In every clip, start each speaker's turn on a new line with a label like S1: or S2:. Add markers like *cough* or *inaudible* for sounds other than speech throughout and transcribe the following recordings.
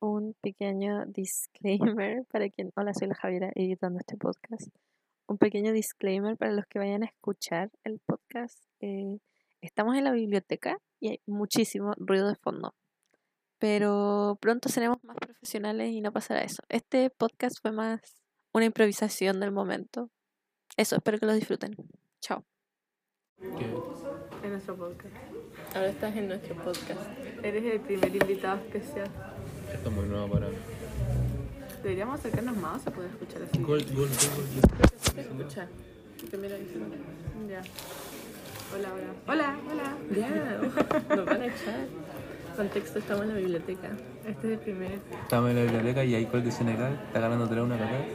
S1: Un pequeño disclaimer *laughs* para quien... Hola, soy la Javiera editando este podcast. Un pequeño disclaimer para los que vayan a escuchar el podcast. Eh, estamos en la biblioteca y hay muchísimo ruido de fondo. Pero pronto seremos más profesionales y no pasará eso. Este podcast fue más una improvisación del momento. Eso, espero que lo disfruten. Chao.
S2: En nuestro podcast.
S3: Ahora estás en nuestro podcast.
S2: Eres el primer invitado especial.
S4: Esto es muy nuevo para mí.
S2: Deberíamos acercarnos más o se puede escuchar así.
S4: Gol, gol, gol,
S3: ¿Te escucha? Primero dicen.
S2: Ya. Hola, hola. Hola, hola.
S3: Ya, ojo, nos van a echar. Contexto, estamos en la biblioteca.
S2: Este es el primer,
S4: Estamos en la biblioteca y hay gol de Senegal. Está ganando 3 una carrera.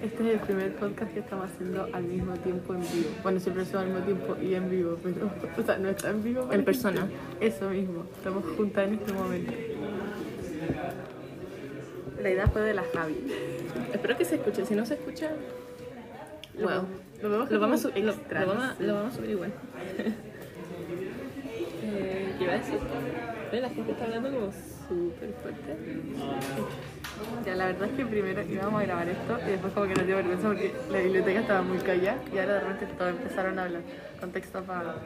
S2: este es el primer podcast que estamos haciendo al mismo tiempo en vivo. Bueno, siempre son al mismo tiempo y en vivo, pero o sea, no está en vivo.
S3: En
S2: parece.
S3: persona.
S2: Eso mismo. Estamos juntas en este momento. La idea fue de la Javi.
S3: Espero que se escuche. Si no se escucha, wow.
S2: Lo vamos,
S3: Lo vamos a subir.
S2: subir.
S3: Lo, lo vamos a- lo vamos a subir igual. eh, ¿Qué iba a decir? Oye, la gente está hablando como súper fuerte.
S2: Ya, la verdad es que primero íbamos a grabar esto y después como que nos dio vergüenza porque la biblioteca estaba muy callada y ahora de repente todos empezaron a hablar. Contexto para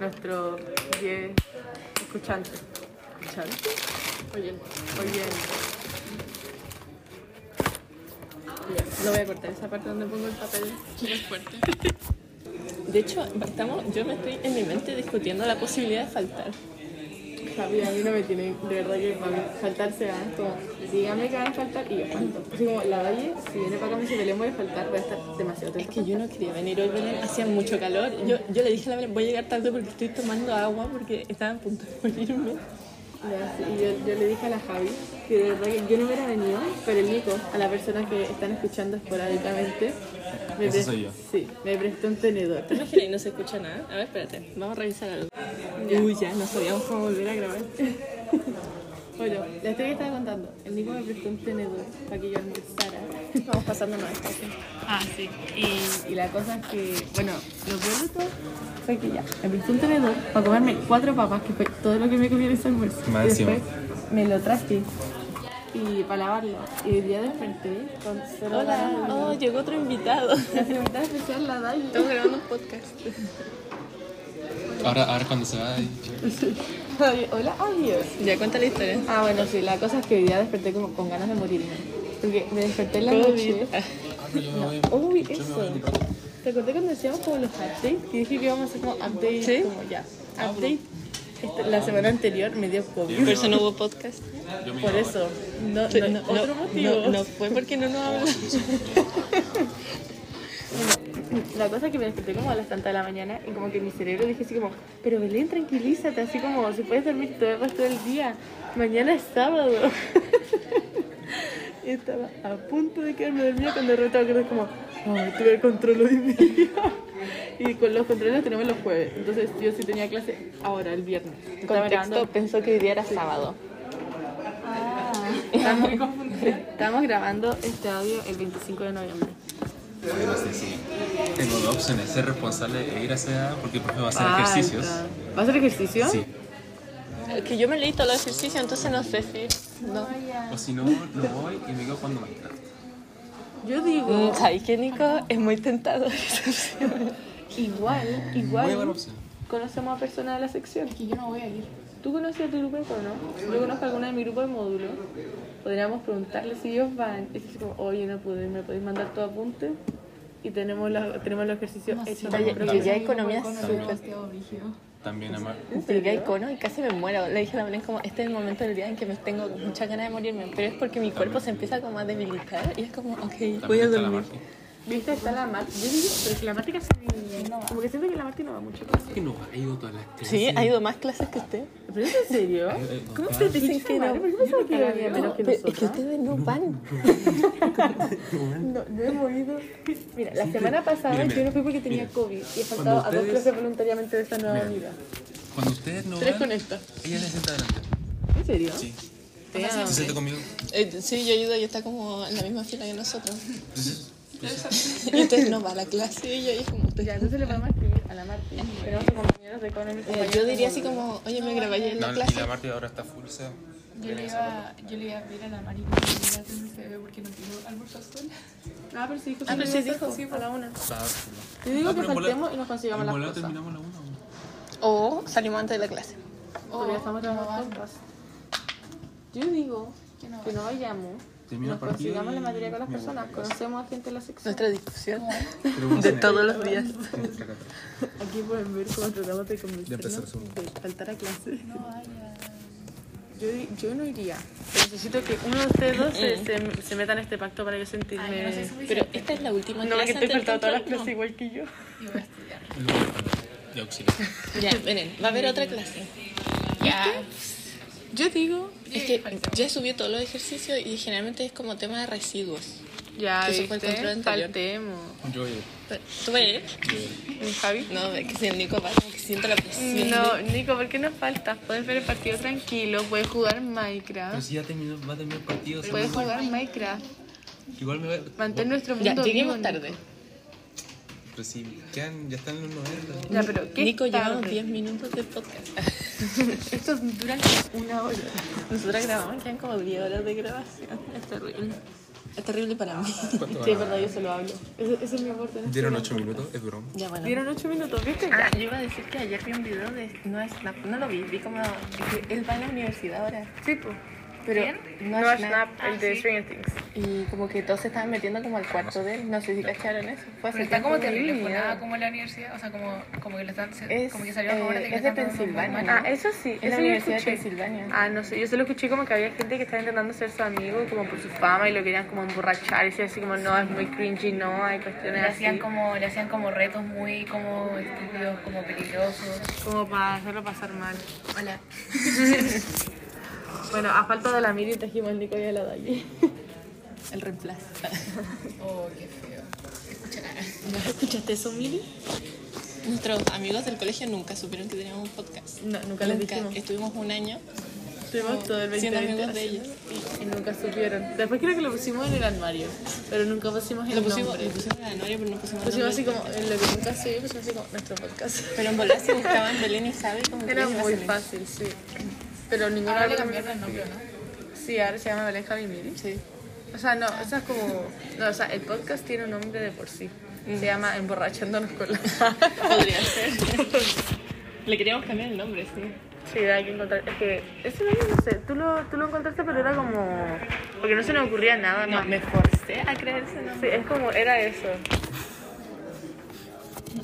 S2: nuestros 10 escuchantes.
S3: ¿Escuchaste? Oye,
S2: Oye,
S3: ya. Lo voy a cortar esa parte donde pongo el papel. Chicas fuerte. *laughs* De hecho, estamos, yo me estoy en mi mente discutiendo la posibilidad de faltar.
S2: Javi, a mí no me tiene, de verdad que para mí faltarse a como, dígame que van a faltar y yo falto. Así como la Valle, si viene para acá me dice Belén voy a faltar, voy a estar demasiado
S3: Es
S2: tensa.
S3: que yo no quería venir hoy, Belén, hacía mucho calor. Yo, yo le dije a la Belén, voy a llegar tarde porque estoy tomando agua porque estaba a punto de morirme.
S2: Ya, sí, Y yo, yo le dije a la Javi que de verdad que yo no hubiera venido, pero el Nico, a la persona que están escuchando esporádicamente, me,
S4: Ese
S2: pres-
S4: soy yo.
S2: Sí, me prestó un tenedor.
S3: ¿Te imaginas y no se escucha nada? A ver, espérate, vamos a revisar algo. Uy, ya, no sabíamos cómo volver
S2: *laughs*
S3: a grabar.
S2: Bueno, la historia que estaba contando, el Nico me prestó un tenedor para que yo almorzara.
S3: *laughs* Vamos pasando más espacio.
S2: Ah, sí. Y, y la cosa es que, bueno, lo peor de todo fue que ya, me prestó un tenedor para comerme cuatro papas, que fue todo lo que me comí en ese almuerzo.
S4: Más
S2: y
S4: encima.
S2: después me lo traje y para lavarlo. Y hoy día desperté con solo
S3: Hola,
S2: la-
S3: oh, llegó otro invitado.
S2: *laughs* La invitada especial, la Dai.
S3: Estamos grabando un podcast.
S4: Ahora, ahora cuando se va. y-
S2: Hola, adiós.
S3: Ya, cuenta la historia.
S2: Ah, bueno, sí, la cosa es que hoy día desperté como con ganas de morirme. Porque me desperté en la noche.
S4: Ah, Yo me voy.
S2: Uy, eso. ¿Te acordé cuando decíamos como los updates? Que dije que íbamos a hacer como update,
S3: ¿Sí?
S2: como ya. Update. Este- la semana anterior me dio
S3: Por
S2: COVID.
S3: eso no hubo podcast.
S4: Yo me
S2: Por
S4: voy.
S2: eso. No,
S3: Sí,
S2: no, no, otro motivo.
S3: No, no fue porque no nos hablan.
S2: La cosa es que me desperté como a las tantas de la mañana y como que mi cerebro dije así como, pero Belén, tranquilízate, así como si puedes dormir todo el resto del día, mañana es sábado. *laughs* y estaba a punto de quedarme dormida cuando de repente me acordé como, ay, tuve el control hoy día. *laughs* y con los controles los tenemos los jueves, entonces yo sí tenía clase ahora, el viernes. Estaba grabando- Ah.
S3: pensó que hoy día era sábado.
S2: Estamos, estamos grabando este audio el 25 de noviembre.
S4: Yo no sé si tengo dos opciones: ser responsable e ir a CDA porque el profe va a
S3: Ah,
S4: hacer ejercicios.
S2: ¿Vas a hacer ejercicio?
S4: Sí.
S3: Que yo me leí todos los ejercicios, entonces no sé si. No.
S4: O si no, no voy y me quedo jugando Minecraft.
S2: Yo digo...
S3: Mm, ¿Sabes qué, Nico? Es muy tentador esa opción.
S2: Mm. Igual, igual.
S4: Muy buena opción.
S2: Conocemos a personas de la sección. que yo no voy a ir. ¿Tú conoces a tu grupo o no? Yo conozco a alguna de mi grupo de módulo. Podríamos preguntarle si ellos van. Es que como, oye, no pude, me podéis mandar todo apunte. Y tenemos, la, tenemos los ejercicios hechos.
S3: Oye,
S2: Creo
S3: llegué
S2: que-
S3: a economía súper.
S4: También, además.
S3: Llegué a Econo y casi me muero. Le dije a la Belén como, este es el momento del día en que me tengo muchas ganas de morirme, pero es porque mi cuerpo se empieza como a debilitar y es como, ok, voy
S4: También
S3: a
S4: está la
S3: dormir.
S4: Marti.
S2: Viste, está la Marti. Yo digo, pero que la Marti casi no va. Como que siento que la Marti no va mucho.
S4: Es que no ha ido todas las clases.
S3: Sí, ha ido más clases que usted.
S2: ¿Pero es en serio?
S4: Eh, no,
S3: ¿Cómo
S4: está-
S3: ustedes dicen que no?
S2: Madre, ¿Por qué pensaba que había menos que
S3: Pero es que
S2: nosotras?
S3: ustedes no van.
S2: No, no hemos ido. Mira, la semana pasada
S4: Mira, mira,
S2: yo no fui porque tenía
S4: mira.
S2: COVID y he
S4: Cuando
S2: faltado a dos
S4: ustedes-
S2: clases voluntariamente de esta nueva
S4: Mira.
S2: vida.
S4: Cuando ustedes no
S3: Tres
S4: van,
S3: con esta.
S4: ella se sienta adelante.
S2: ¿En serio?
S4: Sí.
S3: Ah,
S4: Se sienta conmigo.
S3: eh, sí, yo he ido y está como en la misma fila que nosotros. *laughs*
S4: Entonces,
S3: Y entonces no va a la clase y yo y es como, ustedes
S2: Ya, entonces le podemos escribir a la Marti.
S5: Tenemos compañeros de economía.
S3: Eh, yo diría así como, oye, me grabé ayer en la
S4: No, y
S3: clase.
S4: la Marti ahora está full se.
S6: Yo le iba, yo le iba a pedir a la Mari que me diera dónde se ve porque no tengo almuerzo sola.
S5: Ah, pero sí dijo
S3: Ah, pero sí
S5: iba a
S3: dijo,
S5: estar a la una. Te
S4: Te
S5: digo que faltemos y nos consigamos las cosas.
S4: terminamos la una. ¿no?
S3: O salimos antes de la clase.
S5: Porque ya estamos
S6: no,
S5: trabajando juntas. Yo digo
S6: que no
S5: que
S6: va.
S5: no vayamos.
S4: Termina
S5: nos
S4: partido
S5: consigamos
S4: y
S5: la materia con las
S4: me voy a la
S5: personas. pues.
S4: casa.
S5: Conocemos a gente de la sección.
S3: Nuestra discusión
S4: Pero vamos
S3: de
S4: a ver.
S3: todos los días. *laughs*
S5: Aquí pueden ver cómo tratamos de
S4: Ya empezó el
S5: convencernos
S4: Zoom.
S5: de faltar a clase.
S6: No vaya.
S5: Yo, di- yo no iría. Pero necesito que uno de ustedes dos se, se, se meta en este pacto para yo sentirme...
S6: Ay, yo no soy
S3: Pero
S6: suficiente.
S3: esta es la última
S5: No,
S3: clase.
S5: que te he
S3: antes del
S5: faltado todas las
S3: control,
S5: clases igual que yo.
S6: Y "Este, voy a *laughs* estudiar.
S4: No. De auxilio.
S3: no. Ya, miren, va a haber otra clase.
S6: Ya.
S5: Yo digo...
S3: Es que ya subí todos los ejercicios y generalmente es como tema de residuos.
S5: Ya,
S3: Que se fue el control
S5: ¿viste?
S3: anterior.
S5: Faltemos.
S4: Yo voy a ir.
S3: Pero, ¿Tú vas a ir?
S5: ¿Y Javi?
S3: No, es que si el Nico va, como que siento la presión.
S5: No,
S3: de-
S5: Nico, ¿por qué no faltas? Puedes ver el partido tranquilo, puedes jugar
S4: Ah. Pero
S5: Minecraft.
S4: si ya terminó, va a terminar el partido.
S5: Puedes
S4: ¿sabes?
S5: jugar Minecraft.
S4: Igual me va
S5: Mantén nuestro
S3: Ya,
S5: mundo vivo.
S3: lleguemos
S5: Nico.
S3: tarde.
S4: Pero si quedan, ya están los 90.
S5: Ya, pero ¿qué
S3: Nico,
S5: es
S3: llevamos
S5: tarde?
S3: 10 minutos de podcast.
S5: Estos duran una hora.
S3: Nosotras grabamos, quedan como 10 horas de grabación.
S5: Es terrible.
S3: Es terrible para mí. *laughs*
S4: ¿Cuánto
S5: Sí, es verdad, yo se lo hablo. Ese, ese es mi aporte. en este
S4: Dieron
S5: momento.
S4: 8 minutos, es broma.
S3: Ya, bueno.
S5: Dieron 8 minutos, ¿viste?
S3: Ah, yo iba a decir que ayer vi un video de. No es Snap, no lo vi, vi como. que él va a la universidad ahora.
S5: Sí, pues.
S3: Pero no,
S5: No
S3: es
S5: es Snap, el de Stranger Things.
S3: Y como que todos se estaban metiendo como al cuarto de él. No sé si cacharon eso. Fue hace
S6: Pero está
S3: tiempo,
S6: como
S3: me dio
S6: terrible,
S3: miedo.
S6: nada como la universidad, o sea, como, como que le están,
S3: Es,
S6: como que salió a
S3: eh,
S6: favor de que le
S3: es de
S6: están dando un
S3: Pensilvania,
S6: mal-
S3: ¿no?
S5: Ah, eso sí,
S3: Es
S5: eso
S3: la
S5: yo
S3: Universidad de
S5: escuché.
S3: Pensilvania.
S5: Ah, no sé, yo solo escuché como que había gente que estaba intentando ser su amigo, como por su fama, y lo querían como emborrachar, y decía así como, no, es muy cringy, no, hay cuestiones
S6: Le hacían
S5: así.
S6: como, le hacían como retos muy como estúpidos, como peligrosos.
S5: Como para hacerlo pasar mal.
S6: Hola.
S5: Bueno, a falta de la Miri trajimos al Nico y a la Dali.
S3: El reemplazo.
S6: Oh, qué feo. Escuchará.
S3: ¿No escuchaste eso, Mili? Nuestros amigos del colegio nunca supieron que teníamos un podcast.
S5: No, nunca les dijimos.
S3: Estuvimos un año
S5: Estuvimos todo el
S3: siendo
S5: 2020
S3: amigos de
S5: así.
S3: ellos.
S5: Y nunca supieron. Después creo que lo pusimos en el armario, pero nunca pusimos el
S3: Lo pusimos,
S5: nombre.
S3: lo pusimos en la noria, pero no pusimos el
S5: Pusimos
S3: nombre.
S5: así como, en lo que nunca se vio, pusimos así como nuestro podcast.
S3: Pero en volar se buscaban Belén y Javi como que
S5: Era
S3: les iba a
S5: muy
S3: salir.
S5: fácil, sí. Pero ninguno
S6: Ahora
S5: lo
S6: le cambiaron el nombre, ¿no?
S5: Sí, ahora se llama Valeja y Miri.
S3: Sí.
S5: O sea, no, o sea, como. No, o sea, el podcast tiene un nombre de por sí.
S3: Mm.
S5: Se llama Emborrachándonos con la. *laughs*
S3: Podría ser. Le queríamos cambiar el nombre, sí.
S5: sí, hay que encontrar. Es que ese nombre, no sé, tú lo, tú lo encontraste, pero era como. Porque no se nos ocurría nada
S3: No,
S5: más.
S3: me forcé a creer ese
S5: Sí,
S3: nombre.
S5: es como, era eso.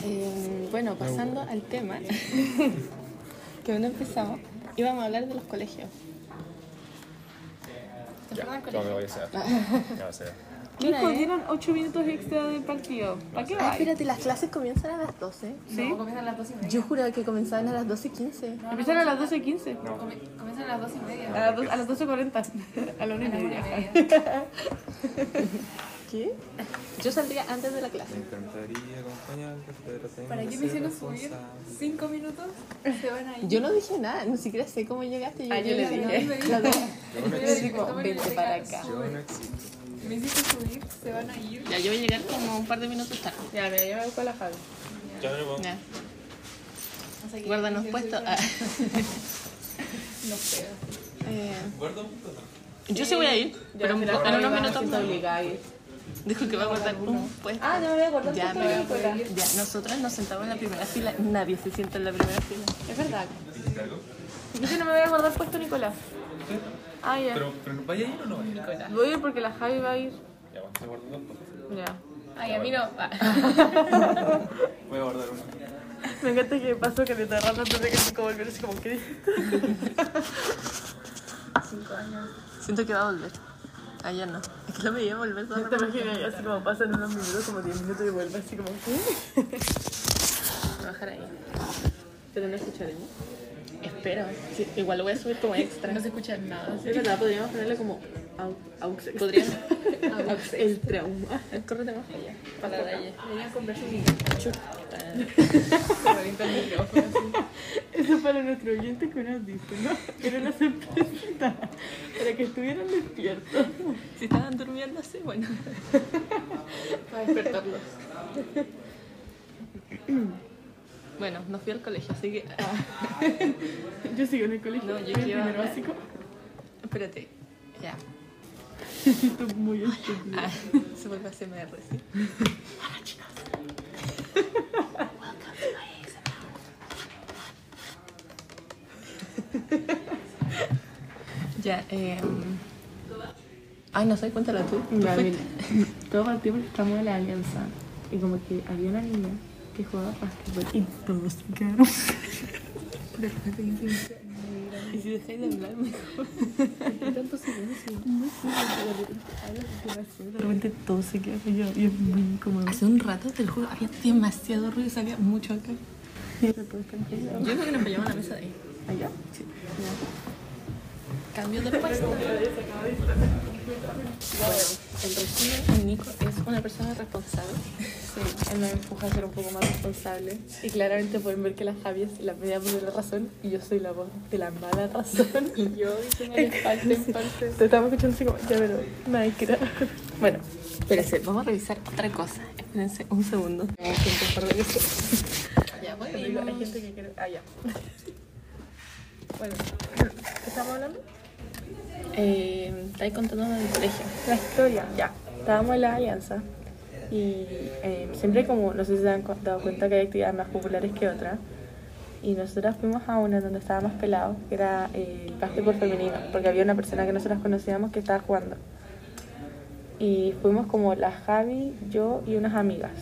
S3: Eh, bueno, pasando al tema, *laughs* que no empezamos, íbamos a hablar de los colegios.
S4: No me voy a hacer. Ya va
S5: Nico, dieron 8 minutos extra del partido. ¿Para qué va?
S3: espérate, las clases comienzan a las 12.
S5: ¿Sí?
S6: No, comienzan a las dos y media.
S3: Yo juraba que comenzaban a las 12 y 15.
S5: Empiezan a las 12.15.
S6: Comi- Comienzan a las dos y
S5: A
S6: media.
S5: las, dos- a las 12.40. A la una y
S6: A la una y
S5: media.
S6: media.
S3: ¿Qué? Yo saldría antes de la clase.
S4: encantaría acompañarte, pero tengo
S6: ¿Para qué me hicieron subir cinco minutos? Se van a ir.
S3: Yo no dije nada, ni siquiera sé cómo llegaste. Yo,
S5: Ah, yo le
S6: No,
S5: dije.
S6: me
S3: La dos.
S6: dije,
S3: como,
S6: "Vente
S3: "Vente
S6: para
S3: para
S6: acá".
S3: acá.
S6: Me hiciste subir, se van a ir.
S3: Ya, yo voy a llegar como un par de minutos tarde.
S5: Ya, mira, yo me busco a la Javi.
S3: Ya,
S6: O sea que-
S3: guárdanos puesto. Ah,
S6: No puedo.
S3: eh, yo sí voy a ir, pero en
S5: Javi
S3: unos
S5: va,
S3: minutos
S5: siento
S3: más.
S5: obligada a ir.
S3: Dijo que va a guardar un puesto.
S5: Ah, no me voy a acordar
S3: Ya,
S5: tanto
S3: pero-
S5: de la escuela.
S3: Ya, nosotras nos sentamos en la primera fila, nadie se sienta en la primera fila.
S5: Es verdad. Dice no me voy a guardar puesto Nicolás. Ah, ya.
S4: Pero, pero ¿vaya a ir o no vaya a ir?
S5: Voy a ir porque la Javi va a ir.
S4: Ya, bueno, se guardan dos.
S5: Ya.
S6: Ay, a mí no. Ah.
S4: Voy a guardar uno.
S5: Me encanta que pasó que le te rato antes de que Nico volviera así como que...
S3: Siento que va a volver. Ayer no. Es que lo veía volver todo
S5: No te imaginas, así como pasan unos minutos, como 10 minutos y vuelve así como... ¿qué?
S3: trabajar ahí.
S5: Pero no escucharemos.
S3: Espero. Sí, igual lo voy a subir como extra.
S6: No se escucha nada.
S5: Es verdad, podríamos ponerle como... au- Aux
S3: Podríamos.
S5: *laughs* Aux el trauma.
S3: *laughs* Correte más allá. Para la calle.
S6: Deberían comprarse un micrófono. Se revienta el micrófono.
S5: Eso para nuestro oyente que nos dice, ¿no? Era una sorpresa. Para que estuvieran despiertos.
S3: Si estaban durmiendo así, bueno.
S6: Para despertarlos.
S3: Bueno, no fui al colegio, así que.
S6: Ah, Yo sigo en el colegio.
S3: No, yo
S6: fui en
S3: iba-
S6: primero básico.
S3: Espérate. Ya.
S6: Esto es muy estúpido.
S3: Ah, se vuelve a CMR, sí.
S6: *laughs*
S3: Ya, eh. Ay, no sé, cuéntala tú. ¿Tú
S5: Ya,
S3: fuiste?
S5: mira. Todo partió porque estamos en la alianza. Y como que había una niña que jugaba básquetbol. Y todos se quedaron.
S3: Y si dejáis de hablar, mejor.
S5: tanto silencio? No sé, de repente todos se quedan callados. Y es muy incómodo.
S3: Hace un rato, te lo juro, había demasiado ruido, sabía mucho acá. Yo creo que nos pillamos la mesa de ahí.
S5: ¿Allá?
S3: Cambio de puesto. Bueno, el resumen, Nico es una persona responsable.
S5: Sí, él me empuja a ser un poco más responsable. Y claramente pueden ver que la Javi es la media voz de la razón y yo soy la voz de la mala razón. Y yo diciéndole parte en parte. Te estamos escuchando así como, ya pero, nada, que era. Bueno,
S3: Espérense, vamos a revisar otra cosa. Espérense un segundo. Ya, bueno,
S5: Pero digo, hay gente que quiere. Ah, ya. Bueno, ¿qué estamos hablando?
S3: eh, estáis contándonos del colegio.
S5: La historia, ya. Estábamos en la alianza y eh, siempre como, no sé si se han cu- dado cuenta que hay actividades más populares que otras. Y nosotras fuimos a una donde estaba más pelado, que era eh, el básquetbol femenino, porque había una persona que nosotras conocíamos que estaba jugando. Y fuimos como la Javi, yo y unas amigas.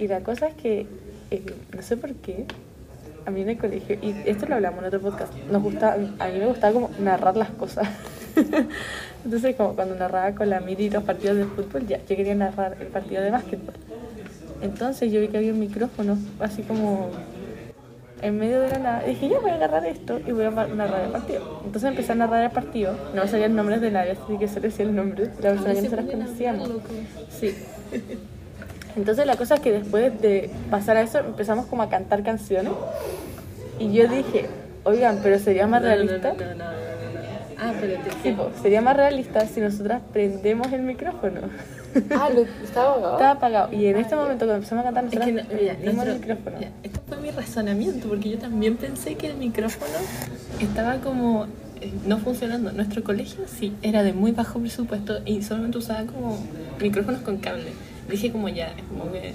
S5: Y la cosa es que, eh, no sé por qué, a mí en el colegio, y esto lo hablamos en otro podcast, nos gusta, a mí me gustaba como narrar las cosas. *laughs* Entonces, como cuando narraba con la Miri los partidos de fútbol, ya, yo quería narrar el partido de básquetbol. Entonces yo vi que había un micrófono así como en medio de la nada. Y dije, ya voy a agarrar esto y voy a ma- narrar el partido. Entonces empecé a narrar el partido. No me sabían nombres de nadie, así que solo decía el nombre de la persona que nosotras conocíamos. Sí. Entonces la cosa es que después de pasar a eso empezamos como a cantar canciones. Y yo dije, oigan, pero sería más realista.
S3: Ah, espérate.
S5: Sí, po, sería más realista si nosotras prendemos el micrófono.
S6: Ah, lo estaba Ah, ahogado.
S5: Estaba apagado. Y en este momento cuando empezamos a cantar,
S3: Es
S5: nosotras
S3: que no, mira,
S5: prendimos
S3: nosotros-
S5: el micrófono.
S3: mira, este fue mi razonamiento, porque yo también pensé que el micrófono estaba como eh, no funcionando. Nuestro colegio sí, era de muy bajo presupuesto y solamente usaba como micrófonos con cable. Dije como ya, como que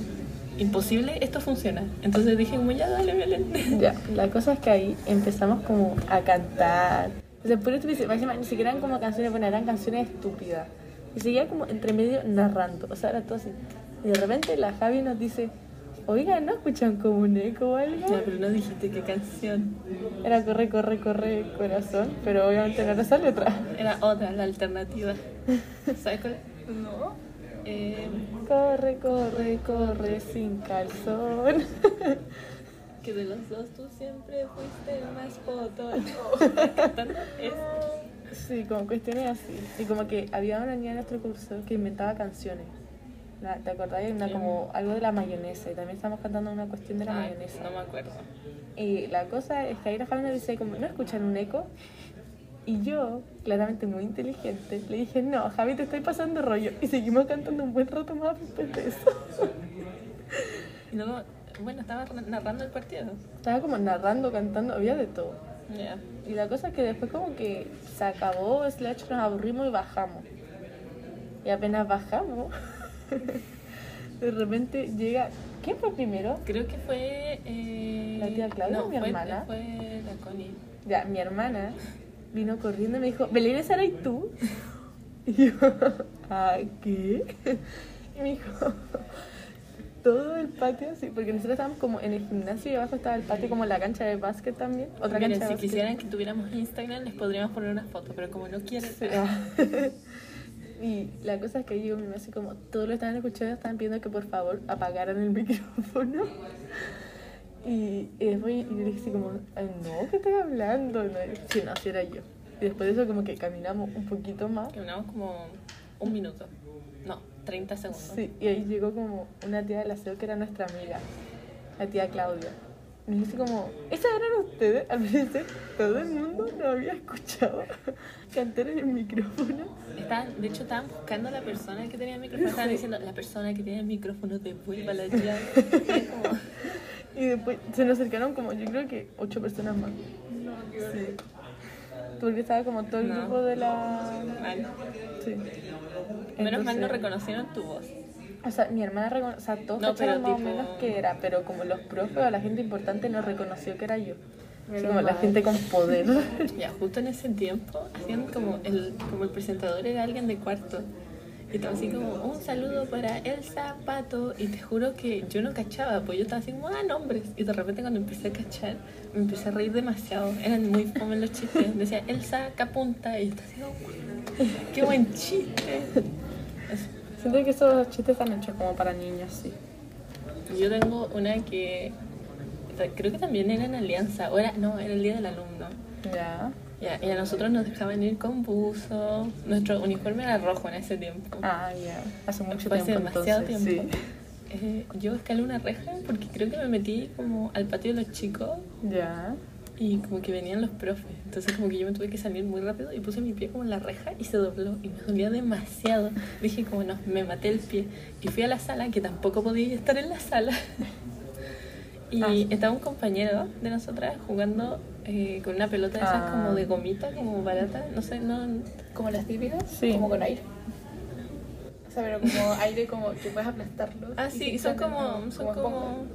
S3: imposible, esto funciona. Entonces dije como ya, dale, *laughs* Belén.
S5: Ya, la cosa es que ahí empezamos como a cantar. O sea, por esto ni siquiera eran como canciones, bueno, eran canciones estúpidas. Y seguía como entre medio narrando. O sea, era todo así. Y de repente la Javi nos dice, oigan, ¿no escuchan como un eco o algo?
S3: No, pero no dijiste qué canción.
S5: Era corre, corre, corre, corazón, pero obviamente no era esa letra.
S3: Era otra, la alternativa. ¿Sabes cuál? Eh, No.
S5: Corre, corre, corre sin calzón.
S3: que de los dos tú siempre fuiste el más potón. Cantando es-
S5: Sí, como cuestiones así. Y como que había una niña en nuestro curso que inventaba canciones. La- ¿Te acordás? Hay Una, como algo de la mayonesa. Y también estamos cantando una cuestión de la
S3: Ay,
S5: mayonesa.
S3: No me acuerdo.
S5: Y la cosa es que ahí la Javi nos dice, como, ¿no escuchan un eco? Y yo, claramente muy inteligente, le dije, no, Javi, te estoy pasando rollo. Y seguimos cantando un buen rato más después de eso.
S3: Y luego, bueno, estaba ra- narrando el partido.
S5: Estaba como narrando, cantando, había de todo.
S3: Ya.
S5: Y la cosa es que después como que se acabó Slash, nos aburrimos y bajamos. Y apenas bajamos, *laughs* de repente llega... ¿Quién fue primero?
S3: Creo que fue. eh,
S5: ¿La tía Claudia o mi
S3: fue-
S5: hermana?
S3: Fue la Connie.
S5: Ya, mi hermana vino corriendo y me dijo, Belén, ¿esa eres tú? *laughs* Y yo, ¿a qué? *laughs* Y me dijo, *laughs* todo el patio así, porque nosotros estábamos como en el gimnasio y abajo estaba el patio como la cancha de básquet también. Otra
S3: Miren,
S5: cancha de
S3: si
S5: básquet.
S3: quisieran que tuviéramos Instagram, les podríamos poner una foto, pero como no quieren. ah,
S5: *laughs* Y la cosa es que yo me hace como, todos lo estaban escuchando, estaban pidiendo que por favor apagaran el *laughs* micrófono. Y, y después y yo le dije así como, "Ay, no, ¿qué estás hablando? No, y- sí, no, así era yo. Y después de eso como que caminamos un poquito más.
S3: Caminamos como un minuto. No, 30 segundos.
S5: Sí, y ahí llegó como una tía del aseo que era nuestra amiga, la tía Claudia. Y me dice como, ¿esas eran ustedes? *laughs* Al parecer todo el mundo no había escuchado *laughs* cantar en el micrófono.
S3: Estaban- de hecho, estaban buscando a la persona
S5: *laughs*
S3: que tenía el micrófono. Estaban diciendo, la persona que tiene el micrófono, devuélvala ya. Y es como,
S5: Y después se nos acercaron como, yo creo que ocho personas más. Sí. Porque estaba como todo el
S3: No.
S5: grupo de la...
S3: Mal.
S5: Sí.
S3: Menos mal no
S5: Entonces-
S3: reconocieron tu voz.
S5: O sea, mi hermana reconoció, o sea, todos
S3: No,
S5: cacharon
S3: pero
S5: más
S3: tipo-
S5: o menos que era, pero como los profes o la gente importante no reconoció que era yo. Así Menos como la mal. gente con poder. *laughs*
S3: Ya, justo en ese tiempo, hacían como el, como el presentador era alguien de cuarto. Y estaba así como, un saludo para el zapato. Y te juro que yo no cachaba, pues yo estaba así como, ah, nombres. Y de repente cuando empecé a cachar, me empecé a reír demasiado. Eran muy fome los chistes. Decía, el sacapunta. Y yo estaba así como, "Guau, qué buen chiste. Eso.
S5: Siento que esos chistes han hecho como para niños, sí.
S3: Yo tengo una que ta- creo que también era en Alianza, o era, no, era el día del alumno.
S5: Ya.
S3: Ya, y a nosotros nos dejaban ir con buzo, nuestro uniforme era rojo en ese tiempo.
S5: Ah, ya. Hace mucho
S3: Fue hace
S5: tiempo
S3: demasiado
S5: entonces.
S3: tiempo.
S5: Sí.
S3: Eh, yo escalé una reja porque creo que me metí como al patio de los chicos
S5: Ya.
S3: y como que venían los profes. Entonces como que yo me tuve que salir muy rápido y puse mi pie como en la reja y se dobló y me dolía demasiado. Dije como no, me maté el pie. Y fui a la sala, que tampoco podía estar en la sala. *laughs* Y
S5: Ah.
S3: estaba un compañero de nosotras jugando eh, con una pelota de esas
S5: Ah.
S3: como de gomita, como barata, no sé, no...
S6: Como las típicas,
S5: Sí.
S6: como con aire. O sea, pero como aire como que puedes aplastarlo.
S3: Ah, sí, son como... Son como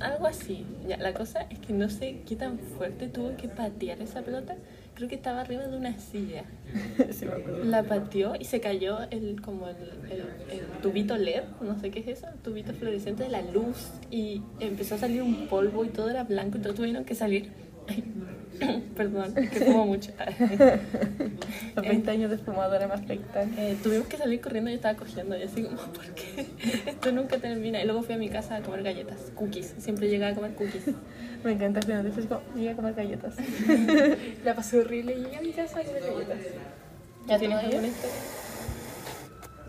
S3: algo así. Ya, la cosa es que no sé qué tan fuerte tuvo que patear esa pelota. Creo que estaba arriba de una silla.
S5: *laughs* sí, me acuerdo.
S3: La pateó y se cayó el, como el, el- el tubito LED, no sé qué es eso, el tubito fluorescente de la luz y empezó a salir un polvo y todo era blanco, entonces tuvieron que salir. *coughs* Perdón, que como
S5: *laughs*
S3: mucho.
S5: Los 20 años de fumadora me afectan.
S3: Eh, tuvimos que salir corriendo, yo estaba cogiendo y así como, *laughs* ¿por qué? Esto nunca termina. Y luego fui a mi casa a comer galletas, cookies, siempre llegaba a comer cookies.
S5: Me encanta que no dices como, voy a comer galletas.
S6: *laughs* La pasé horrible y llegué a mi casa con galletas.
S3: ¿Ya tienes alguna historia?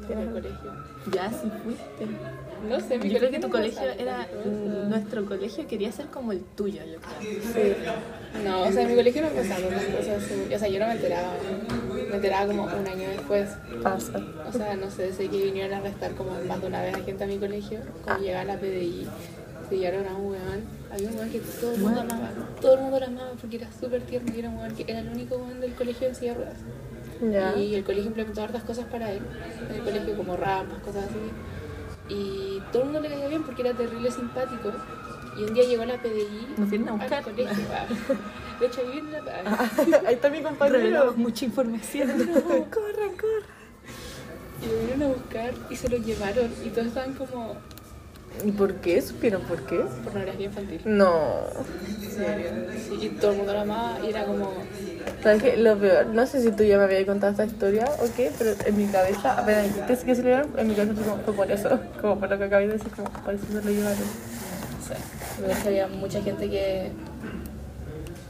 S5: ¿Tienes
S6: No, colegio.
S3: Ya, sí fuiste.
S6: No sé, mi
S3: Yo creo que tu
S6: no me
S3: colegio
S6: sale
S3: era.
S6: tanto.
S3: Nuestro colegio quería ser como el tuyo, yo creo.
S6: No, o sea, en mi colegio no pasaron las cosas así. O sea, yo no me enteraba. Me enteraba como un año después.
S5: Pasa.
S6: O sea, no sé, sé que vinieron a arrestar como más de una vez a gente a mi colegio. Cuando llegaba la PDI, se llevaron a un weón. Había un weón que todo el mundo amaba. Todo el mundo lo amaba porque era súper tierno y era un weón que era el único weón del colegio en silla de ruedas.
S5: Ya.
S6: Y el colegio implementó hartas cosas para él. En el colegio, como rampas, cosas así. Y todo el mundo le caía bien porque era terrible simpático. Y un día llegó la PDI.
S3: Nos vienen a
S6: al
S3: buscar. *laughs*
S6: colegio, ah. De hecho, viví en la. ah. *laughs*
S5: Ahí está mi compañero.
S3: Revelamos mucha información.
S5: Corran, corran.
S6: Y lo vinieron a buscar y se lo llevaron. Y todos estaban como.
S5: ¿Y por qué? ¿Supieron por qué?
S6: pornografía infantil.
S5: No.
S6: Sí, y todo el mundo lo amaba y era como.
S5: ¿Sabes qué? Lo peor, no sé si tú ya me habías contado esta historia o qué, pero en mi cabeza, apenas dijiste que se lo llevaron, en mi cabeza fue como, fue por eso, *laughs* como por lo que acabé de decir, como por eso se lo llevaron.
S6: O sea, me parece que había mucha gente que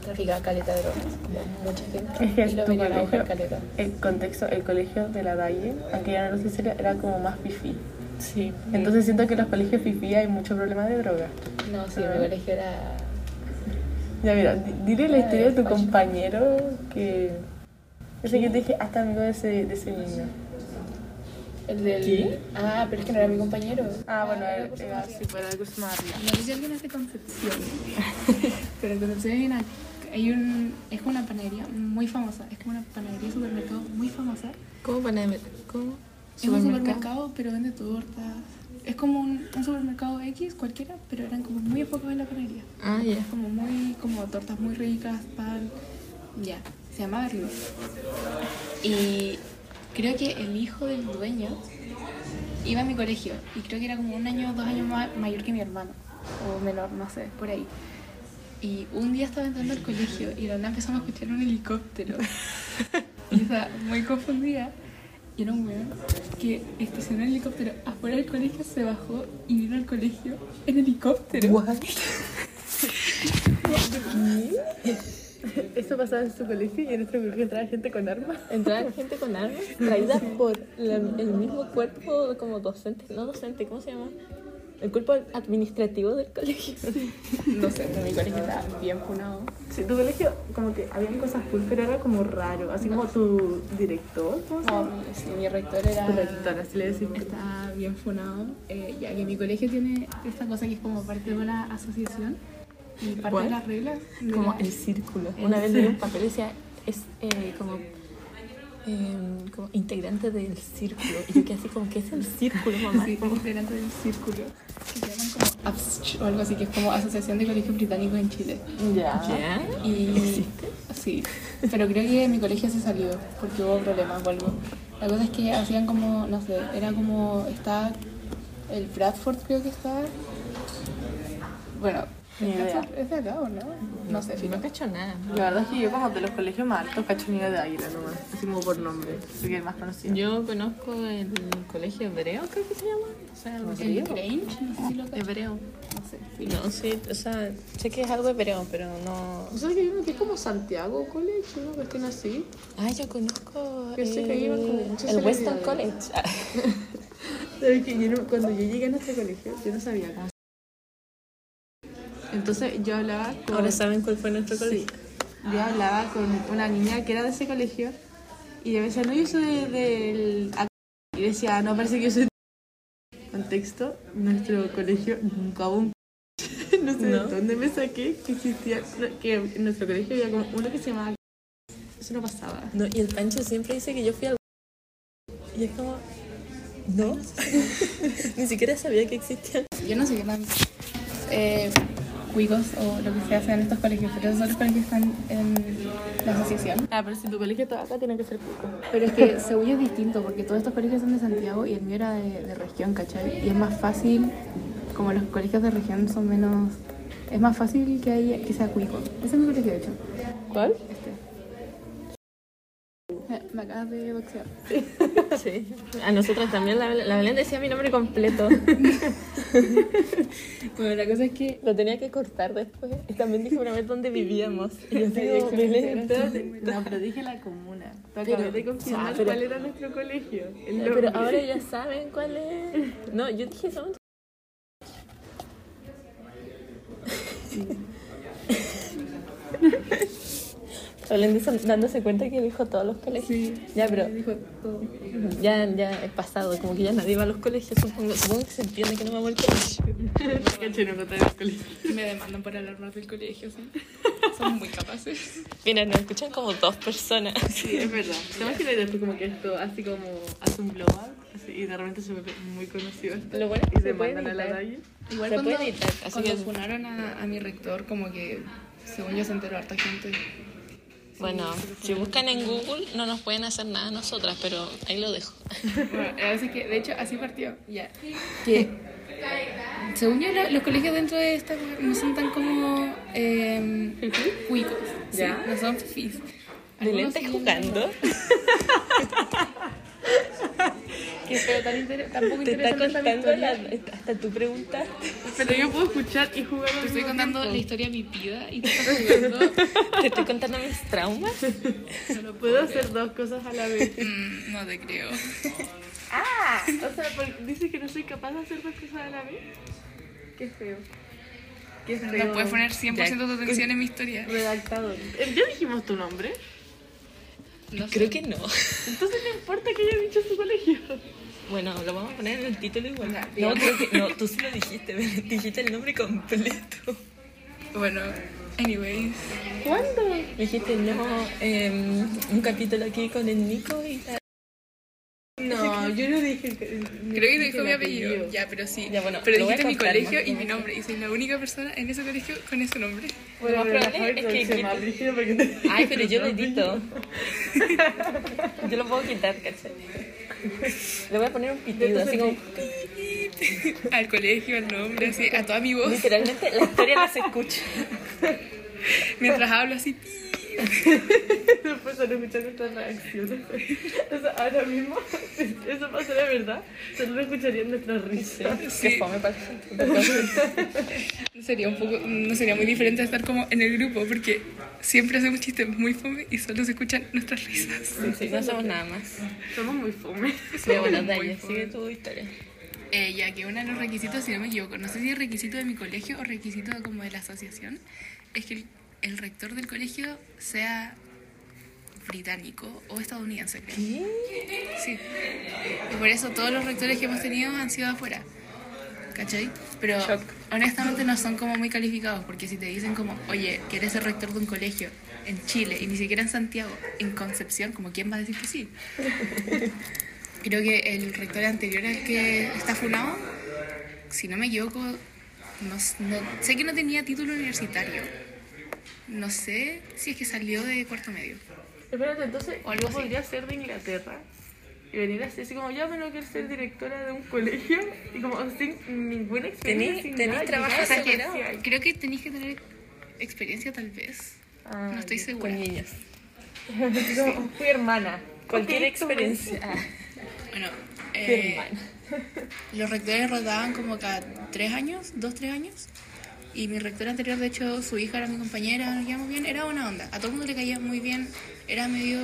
S6: traficaba caleta de drogas. como Mucha
S5: Es que
S6: gente. Y lo
S5: tu
S6: venían a buscar
S5: colegio-
S6: caleta.
S5: El contexto, el colegio de la Dalle, aunque ya no lo sé si era, era como más fifí.
S3: Sí.
S5: Entonces siento que en los colegios fifí hay mucho problema de droga.
S6: No, sí, mi colegio era.
S5: Ya mira, di- dile la historia de tu
S6: Ay,
S5: compañero que... Yo sé que te dije hasta amigo de ese, de ese niño.
S6: El del...
S3: ¿Qué?
S6: Ah, pero es que no era mi compañero.
S5: Ah, bueno,
S6: era
S5: él,
S6: por su
S5: era
S6: madre.
S5: sí, fuera de curso más arriba.
S6: No sé si alguien hace Concepción, pero en Concepción hay una, hay un, es una panadería muy famosa, es como una panadería supermercado muy famosa.
S3: ¿Cómo van a ¿Cómo?
S6: Es un supermercado, pero vende tortas. Es como un, un supermercado X cualquiera, pero eran como muy enfocados en la panadería.
S3: Ah, ya.
S6: Como muy, como tortas muy ricas, pan. Ya, se llamaba Río. Y creo que el hijo del dueño iba a mi colegio y creo que era como un año o dos años ma- mayor que mi hermano, o menor, no sé, por ahí. Y un día estaba entrando al colegio y de la nada empezamos a escuchar un helicóptero. *laughs* y estaba muy confundida. Y era un weón que estacionó el helicóptero afuera del colegio, se bajó y vino al colegio en helicóptero.
S5: Eso pasaba en su colegio y en nuestro colegio entraba gente con armas.
S3: Entrar gente con armas traídas por la- el mismo cuerpo como docente, no docente, ¿cómo se llama? El cuerpo administrativo del colegio.
S6: No sé, pero mi colegio estaba bien funado.
S5: Sí, tu colegio, como que habían cosas cool, pero era como raro. Así como tu director, ¿cómo se
S6: No,
S5: llama?
S6: sí, mi rector era.
S5: Tu rector, así le decimos.
S6: Está bien funado. Eh, ya que mi colegio tiene esta cosa que es como parte de una asociación y parte
S3: ¿Cuál?
S6: de las reglas. de
S3: Como
S6: la-
S3: el círculo. Una vez leí un papel y decía, es eh, como, eh, como integrante del círculo. Y yo quedé así como, ¿qué es el círculo, mamá?
S6: Sí, como integrante del círculo. Que se llaman como APSCH o algo así, que es como Asociación de Colegios Británicos en Chile.
S3: ¿Ya?
S6: Y, Sí, pero creo que mi colegio se salió porque hubo problemas o algo. La cosa es que hacían como, no sé, era como, está el Bradford creo que está. Bueno,
S5: Ni
S6: ¿el
S5: idea.
S6: Bradford ¿es de acá o no? No sé, filo.
S3: No cacho nada.
S5: La verdad es que yo como de los colegios más altos cacho nido de águila nomás, así como por nombre, porque el más conocido.
S3: Yo conozco el colegio hebreo, creo que se llama. O sea, algo así.
S6: El Grange, no sé si lo cacho.
S3: Hebreo.
S6: No sé, filo.
S3: No, sí, o sea, sé que es algo hebreo, pero no.
S5: O sea, que hay uno que es como Santiago College, una cuestión así.
S3: Ah, yo conozco.
S5: Yo sé que ahí van como muchas
S3: el, el Western College. Ah,
S5: celebridades. Sabes que yo no- cuando yo llegué a nuestro colegio, yo no sabía cómo. Entonces yo hablaba con...
S3: Ahora saben cuál fue nuestro
S5: Sí.
S3: colegio.
S5: Yo hablaba con una niña que era de ese colegio y me decía, no, yo soy de- del... A". Y decía, no, parece que yo soy... de-". Contexto, nuestro colegio nunca hubo un... *laughs* no sé
S3: No.
S5: de dónde me saqué que existía... Que en nuestro colegio había como uno que se llamaba... Eso no pasaba.
S3: No, y el Pancho siempre dice que yo fui al. Y es como. No. Ni siquiera sabía que existía.
S6: Yo no sé qué tan eh, cuicos o lo que se hace en estos colegios, pero esos son los colegios que están en la asociación.
S5: Ah, pero si tu colegio está acá, tiene que ser poco.
S6: Pero es que según yo es distinto, porque todos estos colegios son de Santiago y el mío era de, de región, ¿cachai? Y es más fácil, como los colegios de región son menos... Es más fácil que, haya, que sea cuico. Ese es mi colegio, de hecho.
S5: ¿Cuál?
S6: Eh, Me acabas de boxear.
S3: Sí. A nosotras también la, la Belén decía mi nombre completo.
S6: Bueno, la cosa es que...
S3: Lo tenía que cortar después. Y también dijo una vez dónde vivíamos. Y yo digo,
S6: dije,
S3: Belén, espérate.
S5: No, pero dije la comuna. Te acabé de confirmar
S3: Ah, pero-
S5: cuál era nuestro colegio. El
S3: Ya,
S5: nombre.
S3: Pero ahora ya saben cuál es. No, yo dije somos. *laughs* Belén dis- dándose cuenta que dijo todos los colegios. ya, pero
S6: Dijo todo.
S3: ya, ya es pasado, como que ya nadie va a los colegios. Supongo, supongo que se entiende que no vamos al colegio.
S5: Caché, no contaba el colegio.
S6: Me demandan por alarmar del colegio, ¿sí? Son muy capaces.
S3: Mira, nos escuchan como dos personas.
S5: Sí, es verdad. ¿Te imaginas después como que esto, así como, hace un blowout? Así, y de repente se vuelve muy conocido esto.
S3: Lo bueno es que
S5: Y
S3: se puede
S5: demandan a la
S3: editar.
S5: calle.
S6: Igual
S3: Se
S6: cuando,
S3: puede editar, así
S6: cuando
S3: que-
S6: funaron a, a mi rector, como que según yo se enteró harta gente.
S3: Bueno, si buscan en Google no nos pueden hacer nada a nosotras, pero ahí lo dejo.
S6: Bueno, así que, de hecho, así partió. Ya. Que, según yo, lo- los colegios dentro de esta wea no son tan como eh, cuicos. Ya. No son fifís.
S3: Belén
S6: Algunos
S3: está
S6: sí,
S3: jugando.
S6: *laughs* Que, pero tan inter- tampoco
S3: Te está
S6: interesante es la
S3: contando
S6: historia.
S3: la- hasta tu pregunta.
S5: Pero yo puedo escuchar y jugar al
S6: Te estoy
S5: mismo
S6: contando la
S5: tiempo.
S6: historia de mi vida y te estás jugando. *laughs*
S3: Te estoy contando mis traumas.
S6: No lo
S5: Puedo
S6: puedo.
S5: hacer dos cosas a la vez.
S3: *laughs*
S6: Mm, no te creo.
S5: o sea, porque dices que no soy capaz de hacer dos cosas a la vez. Qué feo. Qué feo.
S6: No puedes poner 100% de atención en mi historia.
S5: Redactado. Eh, ¿Ya dijimos tu nombre?
S6: No sé.
S3: Creo que no.
S5: Entonces no importa que haya dicho su colegio.
S3: Bueno, lo vamos a poner en el título igual.
S6: Ah, Ya,
S3: No,
S6: digamos.
S3: creo que no, tú sí lo dijiste, *laughs* Belén. dijiste el nombre completo.
S6: Bueno, anyways.
S3: Dijiste no, em, un capítulo aquí con el Nico y la-
S5: No, yo no dije.
S6: Creo que dijo mi apellido. Ya, pero sí.
S3: Ya, bueno,
S6: pero
S3: lo voy a
S6: dijiste mi
S3: contar,
S6: colegio
S3: ¿no?
S6: y mi nombre. Y soy la única persona en ese colegio con
S5: *laughs*
S6: ese nombre.
S3: Lo más probable es que quite- Ay, pero yo lo edito. Yo lo puedo quitar, ¿cachai? Le voy a poner un pitido, así como
S6: Al colegio, al nombre, así, a toda mi voz.
S3: literalmente la historia no se escucha.
S6: Mientras hablo
S5: *laughs*
S6: así.
S5: Después solo escuchar nuestras reacciones. *laughs* O sea, ahora mismo, *laughs* si eso pasa de verdad, solo escucharían nuestras risas.
S3: Qué fome para la gente, perdón.
S6: *laughs* Sería un poco. No sería muy diferente a estar como en el grupo, porque siempre hacemos chistes muy fome y solo se escuchan nuestras risas.
S3: Sí, no somos nada más.
S5: Somos muy fome.
S3: Pero bueno,
S6: Muy
S3: Daya,
S6: fome.
S3: sigue tu historia.
S6: Eh, ya que uno de los requisitos, si no me equivoco, no sé si es requisito de mi colegio o requisito como de la asociación, es que el, el rector del colegio sea británico o estadounidense, creo. Sí. Y por eso todos los rectores que hemos tenido han sido de afuera. ¿Cachai? Pero honestamente no son como muy calificados, porque si te dicen como, oye, que eres el rector de un colegio en Chile y ni siquiera en Santiago, en Concepción, como quién va a decir que sí. Creo que el rector anterior al que está funado, si no me equivoco, no s- no- sé que no tenía título universitario. No sé si es que salió de cuarto medio.
S5: Espérate, entonces,
S6: O algo
S5: yo podría ser de Inglaterra y venir así, así como yo me lo quiero ser directora de un colegio y como sin ninguna experiencia.
S3: Tenís-
S5: sin
S3: tenís
S5: nada,
S3: trabajo
S5: llegar a
S3: asegurado.
S5: que sea-
S6: Creo que tenéis que tener experiencia tal vez.
S5: Ah,
S6: No estoy segura.
S3: con niños.
S5: así como, Fui hermana.
S3: Cualquier
S5: Ok, como-
S3: experiencia.
S6: Bueno, eh, los rectores rodaban como cada tres años, dos, tres años. Y mi rector anterior, de hecho, su hija era mi compañera, nos llevamos bien, era una onda. A todo el mundo le caía muy bien, era medio.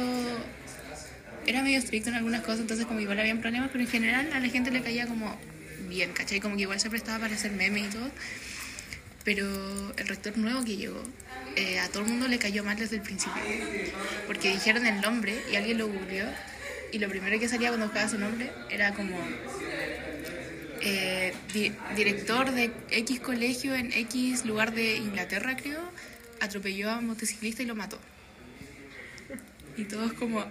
S6: Era medio estricto en algunas cosas, entonces como igual habían problemas, pero en general a la gente le caía como bien, ¿cachai? Como que igual se prestaba para hacer memes y todo. Pero el rector nuevo que llegó, eh, a todo el mundo le cayó mal desde el principio. Porque dijeron el nombre y alguien lo googleó. Y lo primero que salía cuando buscaba su nombre era como eh, di- director de X colegio en X lugar de Inglaterra, creo, atropelló a un motociclista y lo mató. Y todos como,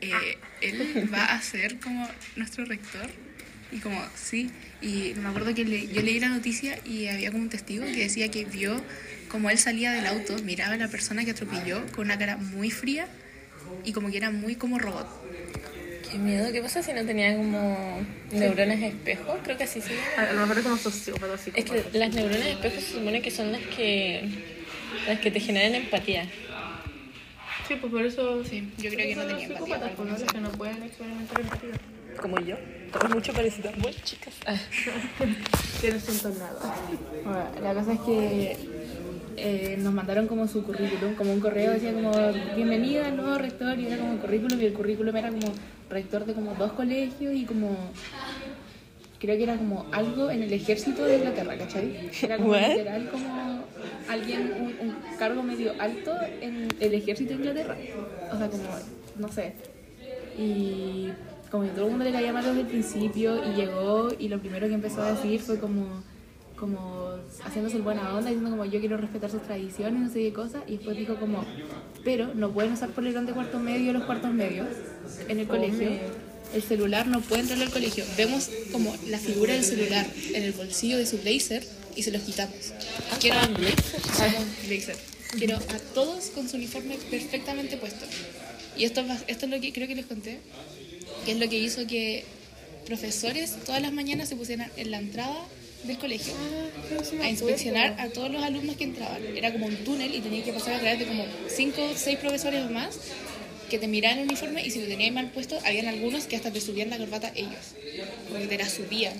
S6: eh, él va a ser como nuestro rector. Y como, sí. Y me acuerdo que le- yo leí la noticia y había como un testigo que decía que vio como él salía del auto, miraba a la persona que atropelló con una cara muy fría y como que era muy como robot.
S3: Qué miedo, ¿qué pasa si no tenía como neuronas espejo? Creo que así se llama.
S5: A lo mejor es como sociópata, así
S3: Es
S5: como-
S3: que las neuronas espejo se supone que son las que las que te generan empatía.
S5: Sí, pues por eso.
S6: Sí, yo creo que no
S5: Son
S6: tenía
S5: los
S6: empatía.
S5: psicópatas, pues, ¿no? Los que no pueden experimentar empatía.
S3: Como yo. Estamos mucho parecidas. Bueno, chicas. Ah,
S5: Tienes un tornado.
S6: Bueno, la cosa es que eh, nos mandaron como su currículum, como un correo, decía como, bienvenido al nuevo rector, y era como un currículum, y el currículum era como rector de como dos colegios y como, creo que era como algo en el ejército de Inglaterra, ¿cachai? Era como
S3: What?
S6: literal como alguien, un, un cargo medio alto en el ejército de Inglaterra, o sea, como, no sé, y como que todo el mundo le caía mal desde el principio y llegó y lo primero que empezó a decir fue como como haciéndose el buena onda diciendo como yo quiero respetar sus tradiciones no sé qué cosa y después dijo como pero no pueden usar polerón de cuarto medio en los cuartos medios en el colegio el celular no puede entrar al colegio vemos como la figura del celular en el bolsillo de su blazer y se los quitamos quiero Somos blazer. Quiero a todos con su uniforme perfectamente puesto. Y esto, es bas- esto es lo que creo que les conté, que es lo que hizo que profesores todas las mañanas se pusieran en la entrada del colegio a inspeccionar a todos los alumnos que entraban. Era como un túnel y tenías que pasar a través de como cinco o 6 profesores o más que te miraban el uniforme y si lo tenías mal puesto, habían algunos que hasta te subían la corbata ellos, porque te la subían.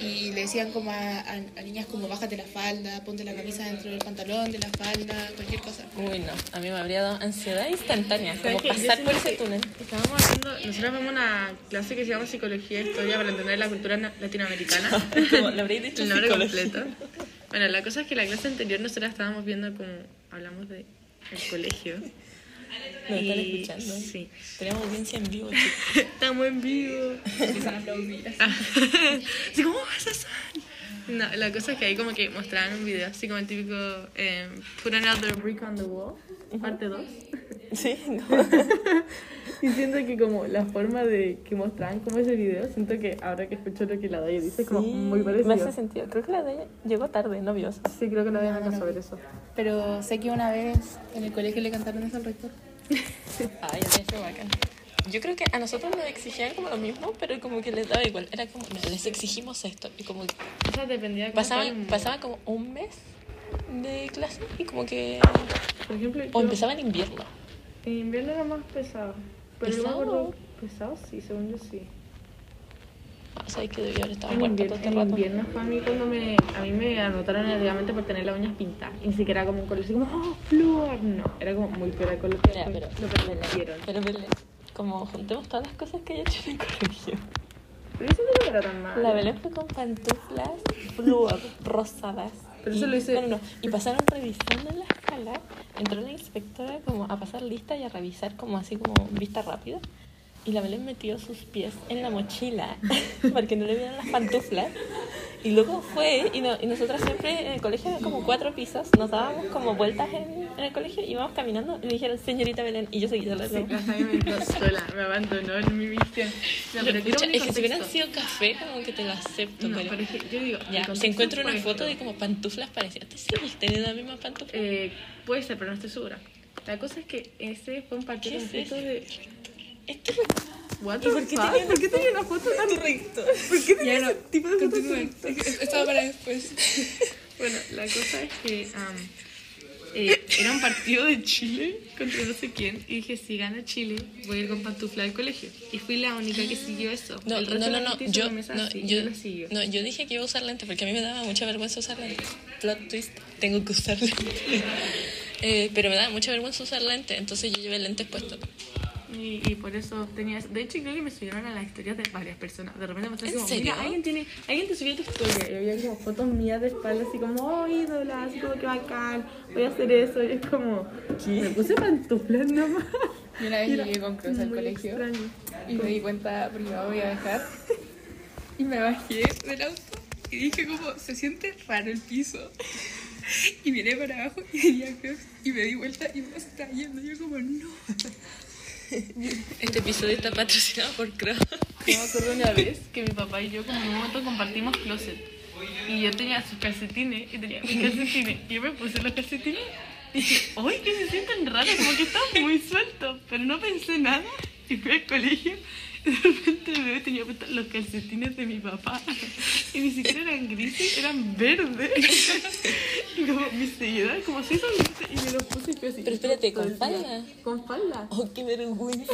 S6: Y le decían como a, a- a niñas como bájate la falda, ponte la camisa dentro del pantalón, de la falda, cualquier cosa.
S3: Uy, no. A mí me habría dado ansiedad instantánea. Como
S5: ¿Sabes qué? Yo
S3: pasar
S5: siento
S3: por ese
S5: que *laughs*
S3: túnel.
S5: Estábamos haciendo, nosotros vemos una clase que se llama Psicología e Historia para entender la cultura na-
S3: *laughs*
S5: latinoamericana.
S3: Como
S5: *laughs*
S3: lo habréis dicho
S5: El nombre
S3: psicología.
S5: completo. Bueno, la cosa es que la clase anterior nosotros estábamos viendo como hablamos de el colegio.
S3: Nos están
S5: Y-
S3: escuchando.
S5: Sí.
S3: Tenemos audiencia en vivo, chicos.
S5: Estamos en vivo.
S6: Empiezan a aplaudir. así.
S5: así como, "Oh, esas son". No, la cosa es que ahí como que mostraban un video, así como el típico eh, Put another brick on the wall, parte 2.
S3: Sí, como-
S5: *laughs* Y siento que como la forma de que mostraban como ese video, siento que ahora que escucho lo que la Daya dice, es como muy
S3: Me hace Ah,
S5: parecido.
S3: sentido. Creo que la de ella llegó tarde, no vio.
S5: Sí, creo que la Daya no sobre eso.
S6: Pero sé que una vez en el colegio le cantaron eso al rector.
S3: *laughs* Ay, había sido bacán. Yo creo que a nosotros nos exigían como lo mismo, pero como que les daba igual. Era como, no, les exigimos esto. Y como que
S5: O sea, dependía de cómo
S3: pasaba,
S5: estaba el humor.
S3: pasaba como un mes de clase y como que...
S5: Por ejemplo, yo-
S3: O empezaba en invierno.
S5: En invierno era más pesado. Pero yo me
S3: ¿Pesado?
S5: acuerdo. Pesado sí, según yo sí.
S3: Ah, sabes que debió haber estado
S5: En,
S3: muerto
S5: invier-
S3: todo este
S5: en
S3: rato.
S5: invierno fue a mí cuando me, a mí me anotaron negativamente por tener las uñas pintadas. Y ni siquiera como un color así como, oh, flúor. No, era como muy peor el color que
S3: Ya,
S5: después
S3: pero-
S5: lo permitieron.
S3: Pero, pero, como juntemos todas las cosas que haya hecho en el *laughs* colegio.
S7: Pero yo siento que no era tan mal.
S3: La Belén fue con pantuflas flúor, rosadas.
S7: Pero
S3: Y-
S7: eso lo hice-
S3: bueno, no, y pasaron revisando en la escala. Entró la inspectora como a pasar lista y a revisar como así como vista rápida. Y la Belén metió sus pies en la mochila *laughs* para que no le vieran las pantuflas. Y luego fue, y, no- y nosotras siempre en el colegio eran como cuatro pisos, nos dábamos como vueltas en, en el colegio, íbamos caminando y me dijeron, señorita Belén, y yo seguí sola.
S2: Sí, la Jaime
S3: *laughs*
S2: me dejó sola, me abandonó en mi misión. No,
S3: Pero,
S2: pero quiero
S3: pucha,
S2: mi
S3: es que si hubieran
S2: contexto.
S3: sido café, como que te lo acepto,
S2: No,
S3: pero...
S2: pero es que yo digo, mi
S3: Ya, si
S2: contexto
S3: encuentro una
S2: fue
S3: foto de
S2: esto.
S3: como pantuflas parecidas, ¿tú sigues teniendo la misma pantufla?
S2: Eh, puede ser, pero no estoy segura. La cosa es que ese fue un partido
S3: ¿Qué
S2: con
S3: es
S2: fotos
S3: eso?
S2: de...
S3: Esto
S2: What the fuck? ¿Por qué tenía una foto tan recta? ¿Por qué tenía ese tipo de fotos tan rectas?
S6: Estaba para
S2: *laughs*
S6: después.
S2: Bueno, la cosa es que am, eh, era un partido de Chile contra no sé quién y dije, si gana Chile, voy a ir con pantufla al colegio. Y fui la única que siguió eso.
S3: No,
S2: El resto de
S3: no, no,
S2: la
S3: no,
S2: gente hizo
S3: yo,
S2: la mesa
S3: no,
S2: así, y
S3: yo,
S2: la siguió.
S3: no, yo dije que iba a usar lentes porque a mí me daba mucha vergüenza usar lentes. Plot twist, tengo que usar lentes. *laughs* Eh, pero me daba mucha vergüenza usar lentes, entonces yo llevé lentes puestos.
S2: Y, y por eso tenía... De hecho, creo que me subieron a las historias de varias personas. De repente me estás
S3: ¿En
S2: como,
S3: serio?
S2: mira, alguien, tiene, alguien te subió tu historia. Y había como fotos mías de espalda, así como, oh, ídola, así como que bacán, voy a hacer eso. Y es como, me puse pantuflas nomás.
S6: Yo una vez
S2: Era
S6: llegué con Cross al
S2: muy
S6: colegio
S2: extraño.
S6: y me di cuenta porque me voy a dejar. Y me bajé del auto y dije como, se siente raro el piso. Y miré para abajo y veía a Cross y me di vuelta y me estaba yendo. Y yo como, no.
S3: Este episodio está patrocinado por Crow.
S2: Yo me acuerdo una vez que mi papá y yo como en un momento compartimos closet. Y yo tenía sus calcetines y tenía mis calcetines. Y yo me puse los calcetines y dije, ¡ay, que se sienten raros! Como que están muy sueltos. Pero no pensé nada y fui al colegio. Y de repente veo y tenía puestos los calcetines de mi papá. Y ni siquiera eran grises, eran verdes. Y como mi seguidora, como si son grises. Y me los puse y fui así.
S3: Pero espérate, ¿con falda?
S2: Con falda.
S3: Oh, qué vergüenza.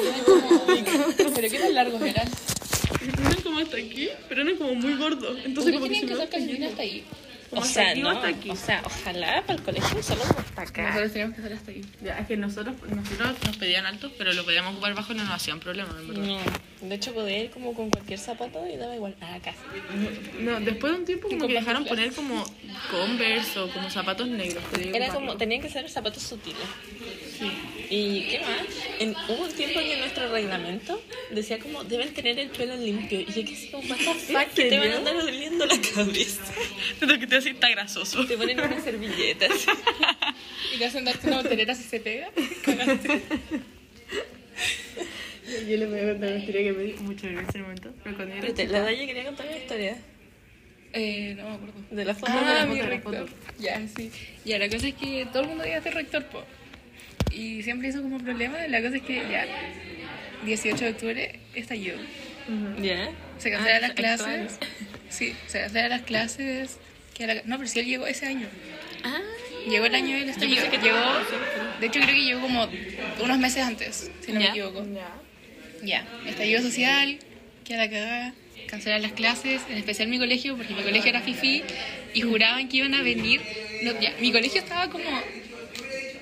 S6: Pero qué tan largos eran.
S2: Eran como hasta aquí, pero eran como muy gordos. Entonces
S6: Ustedes
S2: como que se me
S6: tienen que usar
S2: van cayendo.
S6: calcetines hasta ahí.
S2: Como
S3: O
S2: hasta
S3: sea,
S2: aquí o
S3: no,
S2: hasta aquí.
S3: o sea, ojalá para el colegio solo como hasta acá.
S6: Nosotros teníamos que hacer hasta ahí.
S2: Ya, es que nosotros, nosotros nos pedían altos, pero lo podíamos ocupar bajo y no nos hacían problema, en verdad.
S3: No, de hecho podía ir como con cualquier zapato y daba igual. Ah, casi.
S2: No, después de un tiempo como
S3: con
S2: que dejaron poner
S3: pantuflas.
S2: como Converse o como zapatos negros. que tenía que
S3: Era
S2: ocuparlo.
S3: como, tenían que ser zapatos sutiles. ¿Y qué más? En, hubo un tiempo en que nuestro reglamento decía como, deben tener el pelo limpio. Y yo que así como, what the fuck, que te van a *laughs* andar oliendo la cabeza.
S2: Lo que te hace está grasoso.
S3: Te ponen unas *laughs* servilletas.
S6: Y te hacen darte una botelera si se pega.
S2: Yo les voy a contar una historia que me dio mucha vergüenza en el momento. Pero cuando yo era
S3: Espérate,
S2: chica,
S3: la Daya quería contar una historia
S6: Eh, no me acuerdo.
S3: de la foto.
S6: Ah, mi
S2: foto, la
S6: rector. Ya, sí. Ya, la cosa es que todo el mundo diga este rector, po. Y siempre hizo como problema. La cosa es que ya, 18 de octubre, estalló.
S3: ¿Ya?
S6: Se cancelaron
S3: Ah,
S6: las clases.
S3: actual.
S6: Sí, se cancelaron las clases. Que a la- No, pero sí él llegó ese año.
S3: Ah,
S6: Llegó el año del estallido. Llegó, de hecho, creo que llegó como unos meses antes, si no
S3: Ya.
S6: me equivoco. Ya, estallido social, que a la cagada, cancelar las clases, en especial mi colegio, porque mi colegio era fifi y juraban que iban a venir. No, ya, mi colegio estaba como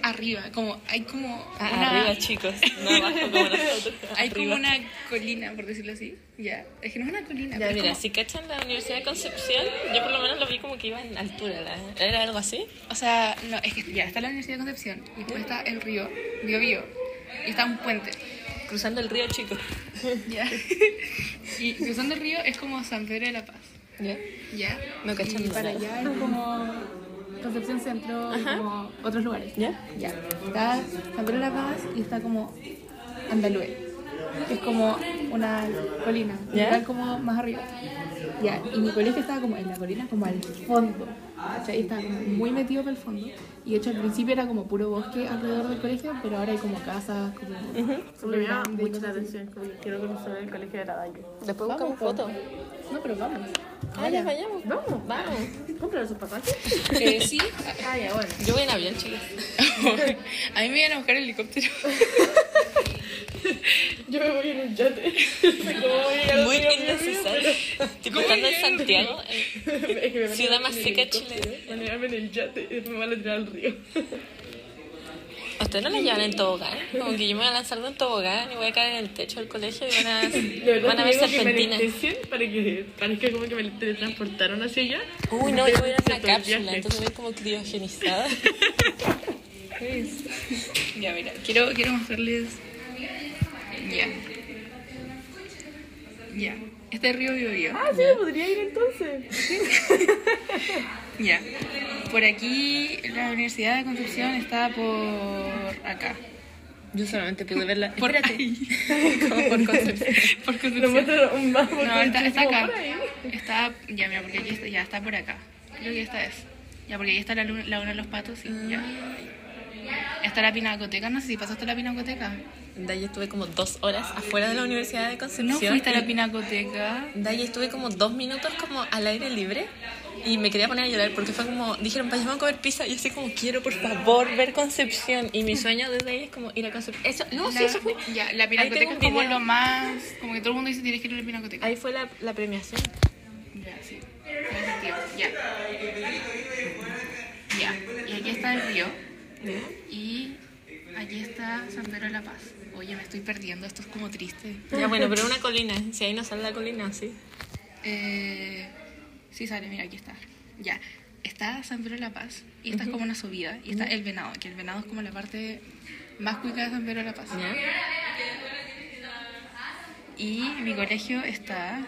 S6: arriba, como hay como
S3: Ah,
S6: una-
S3: arriba, chicos. No abajo *laughs* como nosotros.
S6: hay
S3: arriba.
S6: como una colina, por decirlo así. Ya, es que no es una colina,
S3: Ya,
S6: pero
S3: Pues
S6: es
S3: mira,
S6: como-
S3: si cachan la Universidad de Concepción, yo por lo menos lo vi como que iba en altura. la- ¿Era algo así?
S6: o sea, no, es que ya está la Universidad de Concepción y
S3: Uh.
S6: después está el río Bio Bio y está un puente.
S3: Cruzando el río, chicos.
S6: Ya. y cruzando el río es como San Pedro de la Paz.
S3: ¿Ya?
S6: Ya.
S3: No cachan
S6: Y
S3: nada.
S6: para allá es como Concepción Centro, como otros lugares.
S3: ¿Ya?
S6: Ya. Está San Pedro de la Paz y está como Andalue, que es como una colina,
S3: ¿Ya?
S6: está como más arriba. Ya. Y mi colegio estaba como en la colina, como al fondo. ¿cachai? Estaba como muy metido para el fondo. Y de hecho al principio era como puro bosque alrededor del colegio, pero ahora hay como casas, como...
S2: como que me llama mucho la atención, como que quiero conocer el colegio de la pues. Dayo.
S3: Después buscamos fotos.
S6: No, pero vamos.
S3: Ah, ya vayamos.
S2: Vamos,
S3: Vamos.
S2: comprar esos pasajes.
S6: Eh, sí,
S2: Ah, ya, bueno.
S3: Yo voy en avión, chicas.
S6: *laughs* a mí me iban a buscar el helicóptero.
S2: Yo me voy en un yate.
S3: *laughs*
S2: *laughs*
S3: Muy innecesario. Tipo, estando en Santiago, eh,
S2: Es que me
S3: ciudad más seca de Chile.
S2: van a llevarme en el yate y después me van a tirar al río.
S3: ¿A eh, ustedes no la llevan en tobogán? Como que yo me voy a lanzar de un tobogán y voy a caer en el techo del colegio y van
S6: *laughs*
S3: a, van a ver serpentinas.
S8: para que parezca como que me teletransportaron hacia allá.
S3: Uy, no, yo voy a ir en
S8: Todo
S3: una
S8: el
S3: cápsula,
S8: viaje.
S3: entonces voy como
S6: *laughs*
S3: criogenizada.
S6: Ya, mira, quiero, quiero mostrarles. Ya. Ya. Este río Bio Bio.
S8: Ah, sí, podría ir entonces.
S6: *laughs* Ya. Por aquí, la Universidad de Concepción está por acá.
S3: Yo solamente pude verla.
S6: Por *laughs*
S3: Como por concepción.
S6: por Concepción.
S8: Un mapa.
S6: No, está, está acá. Está, ya, mira, porque aquí está, ya está por acá. Creo que esta es. Ya, porque ahí está la luna, la luna de los patos, sí, ya. Está la pinacoteca, no sé si pasaste a la pinacoteca.
S3: De ahí estuve como dos horas afuera de la Universidad de Concepción.
S6: No fuiste a
S3: y-
S6: la pinacoteca.
S3: De ahí estuve como dos minutos como al aire libre y me quería poner a llorar porque fue como, dijeron, vayamos a comer pizza y yo así como, quiero por favor ver Concepción. Y mi sueño desde ahí es como ir a Concepción. Eso, no, sí,
S6: La-
S3: eso fue.
S6: Ya, la
S3: Ahí tengo
S6: pinacoteca
S3: un
S6: es como
S3: video.
S6: lo más. Como que todo el mundo dice tienes que ir a la pinacoteca.
S3: Ahí fue la, la premiación.
S6: Ya, sí. Tiene sentido. Ya. Ya. Y aquí está el río. Y aquí está San Pedro de la Paz. Oye, me estoy perdiendo, esto es como triste.
S3: Ya bueno, pero una colina, si ahí no sale la colina, sí.
S6: Eh, sí sale, mira, aquí está. Ya. Está San Pedro de la Paz y esta es como una subida. Y está el venado, que el venado es como la parte más cuica de San Pedro de la Paz.
S3: ¿Ya?
S6: Y mi colegio está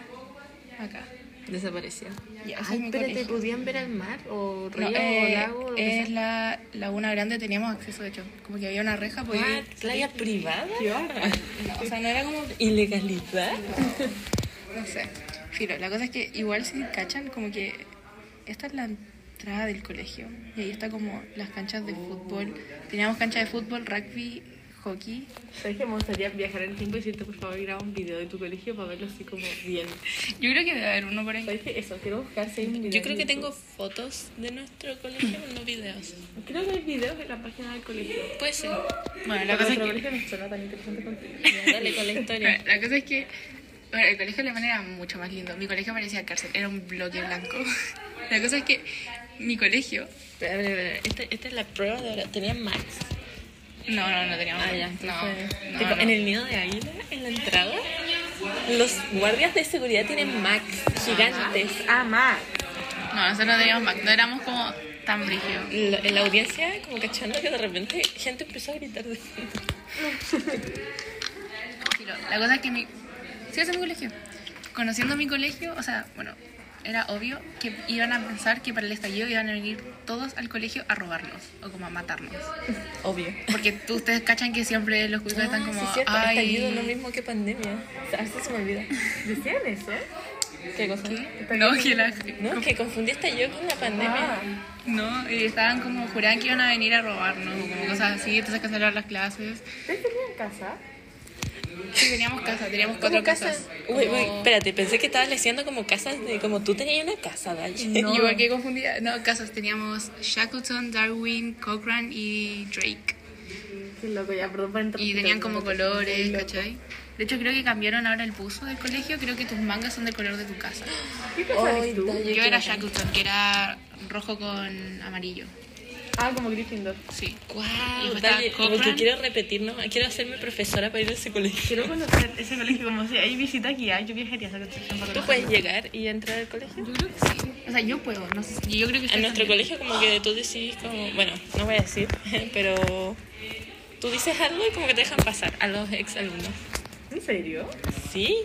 S6: acá.
S3: Desapareció.
S6: Ya, ese es
S3: Ay,
S6: mi
S3: espérate,
S6: colegio.
S3: ¿podían ver al mar o
S6: No,
S3: río
S6: eh,
S3: o lago? o lo que
S6: es
S3: sea?
S6: la laguna grande, teníamos acceso, de hecho. Como que había una reja, podía
S3: Ah,
S6: ir-
S3: playa privada.
S6: no, O sea, no era como.
S3: Ilegalidad.
S6: No sé. Filo, la cosa es que igual si cachan, como que. Esta es la entrada del colegio. Y ahí está como las canchas de fútbol. Teníamos cancha de fútbol, rugby, hockey.
S8: ¿Sabes que me gustaría viajar en el tiempo y decirte, por favor, graba un video de tu colegio para verlo así como bien?
S6: Yo creo que debe haber uno por ahí.
S8: ¿Sabes que eso? Quiero buscar si hay un video.
S3: Yo creo que
S8: en YouTube.
S3: tengo fotos de nuestro colegio, no videos.
S8: Creo que hay videos en la página del colegio.
S3: Puede ser.
S6: Bueno, la
S8: Pero
S6: cosa es
S8: nuestro
S6: que.
S8: colegio no suena tan interesante contigo.
S3: *laughs* Dale con la historia.
S6: Bueno, la cosa es que bueno, el colegio alemán era mucho más lindo. Mi colegio parecía cárcel, era un bloque blanco. La cosa es que mi colegio.
S3: Espera, espera, espera. Esta, esta es la prueba de ahora. Tenía Max. eh,
S6: No, no, no teníamos.
S3: Ah,
S6: no, no,
S3: tipo,
S6: no.
S3: En el nido de águila, en la entrada, los guardias de seguridad tienen Max gigantes. Ah, Max.
S6: No, nosotros no teníamos Mac, no éramos como tan brígidos.
S3: La, en la audiencia, como cachando que de repente gente empezó a gritar de
S6: Pero La cosa es que mi... Sí, ese es mi colegio. Conociendo mi colegio, o sea, bueno, era obvio que iban a pensar que para el estallido iban a venir todos al colegio a robarnos o como a matarnos.
S3: Obvio.
S6: Porque tú, ustedes cachan que siempre los cuicos están como...
S3: Ah, sí, es cierto.
S6: Ay,
S3: Estallido no mismo que pandemia. O sea, a veces se me *laughs* olvida.
S8: ¿Decían eso?
S3: ¿Qué cosa?
S6: no, que la...
S3: No, que confundí estallido con la pandemia.
S6: No, y estaban como, juraban que iban a venir a robarnos o como cosas así, entonces cancelaron las clases.
S8: ¿Ustedes tenían casa?
S6: Sí, teníamos casa, teníamos cuatro
S3: ¿Cómo
S6: casas.
S3: Uy, uy,
S6: Como-
S3: espérate, pensé que estabas leyendo como casas de. Como tú tenías una casa,
S6: *laughs*
S3: Dash. *laughs*
S6: No. Yo qué confundida. No, casas teníamos Shackleton, Darwin, Cochrane y Drake.
S8: Qué loco, ya, perdón por entrar.
S6: Y tenían como colores, ¿cachai? De hecho, creo que cambiaron ahora el buzo del colegio. Creo que tus mangas son del color de tu casa.
S8: ¿Qué casa eres tú?
S6: Yo era Shackleton, que era rojo con amarillo.
S8: Ah, como Gryffindor.
S6: Sí. Y
S3: Wow,
S6: después estaba
S3: dale,
S6: Cochrane.
S3: porque quiero repetir, ¿no? quiero hacerme profesora para ir a ese colegio. *laughs*
S8: Quiero conocer ese colegio, como si hay visita aquí, ah, yo viajaría a esa construcción para
S3: ¿Tú puedes llegar y entrar al colegio?
S6: Yo creo que sí. O sea, yo puedo. No sé. Yo creo que
S3: En
S6: ustedes
S3: nuestro
S6: también.
S3: colegio como que tú decís como, bueno, no voy a decir, *laughs* pero tú dices algo y como que te dejan pasar a los ex alumnos.
S8: ¿En serio?
S3: Sí,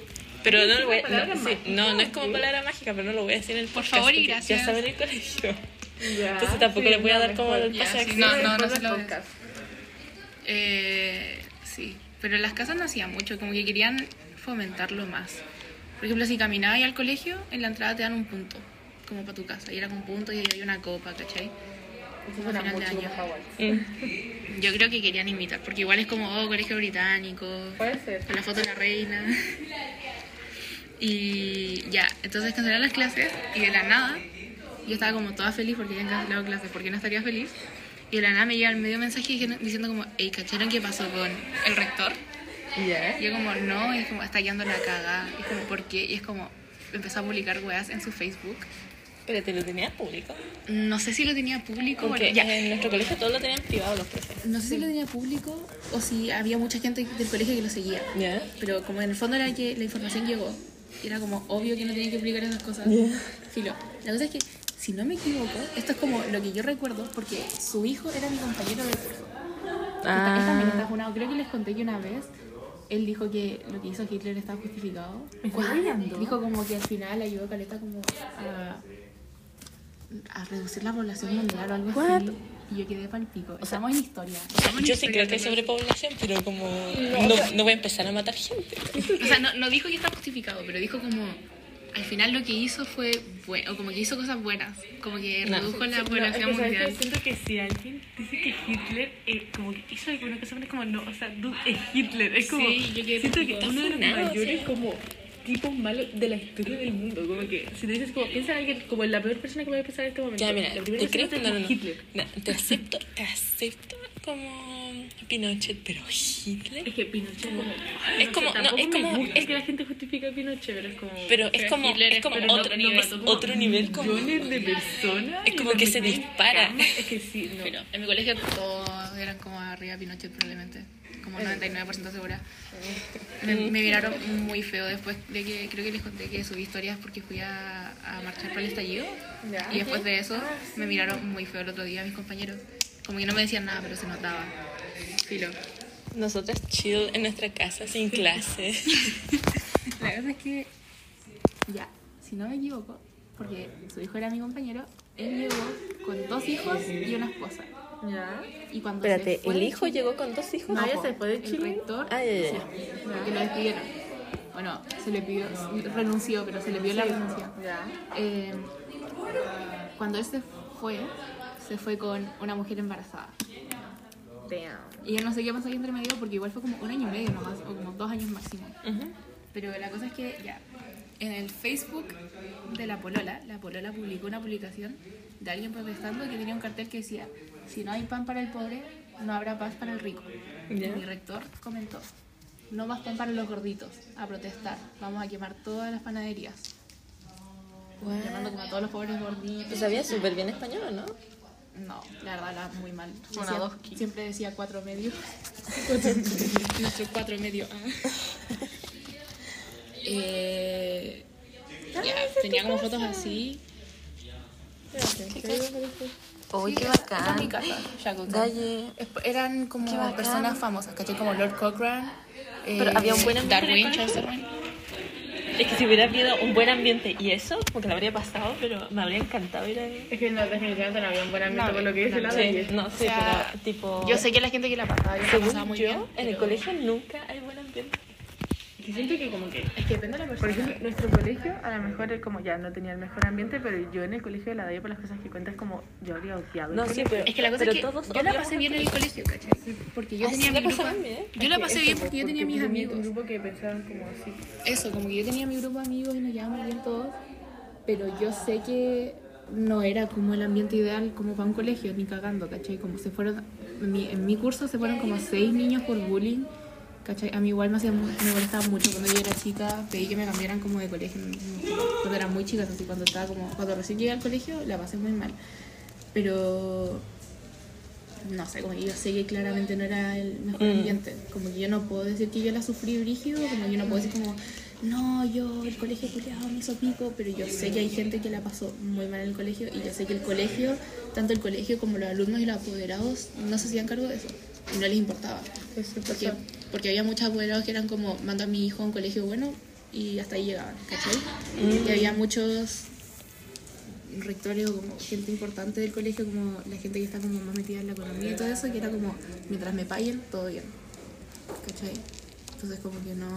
S3: pero no lo voy a-
S8: palabra
S3: no, sí,
S8: mágica,
S3: no, no es
S8: sí.
S3: como palabra mágica, pero no lo voy a decir en el
S6: Por
S3: podcast,
S6: favor y
S3: porque
S6: gracias. Ah,
S3: Ya saben el colegio.
S8: Ya.
S3: Entonces tampoco les voy a dar como el
S6: Ya,
S3: pase de
S6: sí,
S3: acceso.
S6: No, no, no
S8: se
S6: se lo- Eh, sí, pero en las casas no hacía mucho, como que querían fomentarlo más. Por ejemplo, si caminabas al colegio, en la entrada te dan un punto, como para tu casa, y era con punto y ahí había una copa, ¿cachai? Como a final de año.
S3: Mm.
S6: Yo creo que querían imitar, porque igual es como, oh, colegio británico,
S8: Puede ser.
S6: con la foto de la reina. Y ya, entonces cancelaron las clases y de la nada, yo estaba como toda feliz porque habían cancelado clases, porque no estaría feliz. Y de la nada me llega el medio mensaje dijen- diciendo como, hey, ¿cacharon qué pasó con el rector?
S3: Ya.
S6: Y yo como, no, y es como, está guiando la cagada. Y es como, ¿por qué? Y es como, empezó a publicar weas en su Facebook
S3: Pero te lo tenía público.
S6: No sé si lo tenía público.
S3: Porque
S6: Ah, bueno, ya.
S3: en nuestro colegio todos lo tenían privado los profes.
S6: No sé si lo tenía público o si había mucha gente del colegio que lo seguía.
S3: ¿Ya?
S6: Pero como en el fondo era que la información llegó, y era como obvio que no tenía que publicar esas cosas. Filo. La cosa es que, si no me equivoco, esto es como lo que yo recuerdo, porque su hijo era mi compañero de curso. Y ta- Él también está funado. Creo que les conté que una vez él dijo que lo que hizo Hitler estaba justificado. Dijo como que al final ayudó a Caleta como a, a reducir la población mundial o algo así. Y yo quedé palpico. Estamos en historia. Estamos en
S3: Yo sí
S6: historia,
S3: creo que hay
S6: ¿cachai?
S3: sobrepoblación, pero como no, no voy a empezar a matar gente.
S6: O sea, no, no dijo que está justificado, pero dijo como al final lo que hizo fue bueno, o como que hizo cosas buenas, como que
S3: No.
S6: redujo la población mundial.
S2: siento que si alguien dice que Hitler eh, como que hizo alguna cosa, es como no, o sea, dude, es Hitler. Es como,
S6: Sí, yo quedé
S2: siento que
S6: como,
S2: uno de los
S3: "Está funado",
S2: mayores
S3: sí.
S2: como tipos malos de la historia del mundo. Como que si te dices, como, piensa en alguien, como en la peor persona que voy a pensar en este momento.
S3: Ya, mira,
S2: la
S3: ¿te crees que
S2: persona
S3: no, no,
S2: es
S3: no.
S2: Hitler.
S3: No, te acepto, te acepto como Pinochet, pero Hitler.
S2: Es que Pinochet como,
S3: Es
S2: sé,
S3: como- no,
S2: tampoco
S3: es como-
S2: me gusta
S3: es-
S2: que la gente justifique a Pinochet, pero es como...
S3: Pero es como,
S2: Hitler
S3: es como
S2: pero no-
S3: otro
S2: no
S3: nivel,
S2: mató como
S3: otro nivel como...
S2: millones de personas.
S3: Es como
S2: y
S3: que
S2: lo
S3: se
S2: metí en
S3: dispara.
S2: cama. Es que sí, no.
S6: Pero en mi colegio todos eran como arriba de Pinochet probablemente, como
S2: Eh.
S6: 99% segura. Me, me miraron muy feo después de que creo que les conté que subí historias porque fui a, a marchar para el estallido. Y después de eso me miraron muy feo el otro día mis compañeros. Como que no me decían nada, pero se notaba. Filo.
S3: Nosotras chill en nuestra casa sin clase.
S6: La verdad es que, ya, si no me equivoco, porque su hijo era mi compañero, él llegó con dos hijos y una esposa.
S8: Ya.
S6: Y cuando
S3: Espérate,
S6: se fue
S3: ¿el
S6: de
S3: hijo
S6: Chile-
S3: llegó con dos hijos?
S6: No,
S8: Ah, ya
S6: po,
S8: se fue de Chile.
S6: El rector,
S3: Ah, ya, ya, ya.
S6: sí, porque lo despidieron. Bueno, se le pidió, renunció, pero se le pidió la renuncia.
S8: Ya.
S6: Eh, cuando él se fue, se fue con una mujer embarazada. Y yo no sé qué pasó ahí entre medio porque igual fue como un año y medio nomás, o como dos años máximo. Pero la cosa es que ya, en el Facebook de la Polola, la Polola publicó una publicación de alguien protestando que tenía un cartel que decía, si no hay pan para el pobre, no habrá paz para el rico. Y mi rector comentó, no más pan para los gorditos, a protestar, vamos a quemar todas las panaderías. Llamando como a todos los pobres gorditos.
S3: Tú sabías súper bien Pues español, ¿no?
S6: No, la verdad hablaba muy mal. Decía- siempre decía cuatro medios. cuatro medios. eh, ya, tenía como fotos así.
S1: Uy, qué
S6: Esta
S3: Ah,
S1: bacán.
S6: es mi casa, Shackleton.
S1: Dalle.
S6: Esp- Eran como personas famosas, ¿cachai? Como Lord Cochrane. eh,
S1: Pero había un buen ambiente
S6: Darwin, Charles Darwin.
S3: Es que si hubiera habido un buen ambiente y eso, como que lo habría pasado, pero me habría encantado ir a...
S2: Es que no, definitivamente no había un buen ambiente
S6: No,
S2: por lo que dice
S6: no,
S2: la
S6: sí.
S2: ley.
S3: no, sí,
S6: sea,
S3: pero tipo...
S6: Yo sé que la gente que la pasaba, yo la pasaba
S3: Según
S6: muy
S3: yo,
S6: bien.
S3: en el colegio nunca hay buen ambiente.
S2: Que siento que como que...
S6: Es que depende de la
S2: Por
S6: persona.
S2: ejemplo, nuestro colegio a lo mejor es como ya no tenía el mejor ambiente, pero yo en el colegio de la DAIA por las cosas que cuentas como yo habría odiado. el
S3: No, sí,
S2: colegio.
S3: pero...
S6: Es que la cosa
S3: pero
S6: es que
S3: todos
S6: yo la
S3: odiamos
S6: pasé
S3: el
S6: bien en el colegio, ¿cachai? Porque yo
S3: Ah,
S6: tenía
S3: sí,
S6: mi
S3: la
S6: grupo.
S3: pasaban bien.
S6: Yo la pasé bien porque yo tenía mis
S2: Porque
S6: amigos.
S2: Un grupo que pensaban como así.
S6: Eso, como que yo tenía mi grupo de amigos y nos llevábamos bien todos. Pero yo sé que no era como el ambiente ideal como para un colegio, ni cagando, ¿cachai? Como se fueron. En mi, en mi curso se fueron como seis niños por bullying. ¿Cachai? A mí igual me, hacía, mu- me molestaba mucho cuando yo era chica, pedí que me cambiaran como de colegio cuando era muy chica, así cuando estaba como cuando recién llegué al colegio la pasé muy mal. Pero no sé, como que yo sé que claramente no era el mejor ambiente. Como que yo no puedo decir que yo la sufrí brígido, como que yo no puedo decir como, no, yo el colegio culiado me hizo pico, pero yo sé que hay gente que la pasó muy mal en el colegio y yo sé que el colegio, tanto el colegio como los alumnos y los apoderados, no se hacían cargo de eso y no les importaba. Porque, porque había muchos apoderados que eran como, mando a mi hijo a un colegio bueno y hasta ahí llegaban, ¿cachai? Y había muchos rectores o como gente importante del colegio, como la gente que está como más metida en la economía y todo eso, que era como, mientras me paguen, todo bien. ¿Cachai? Entonces como que no,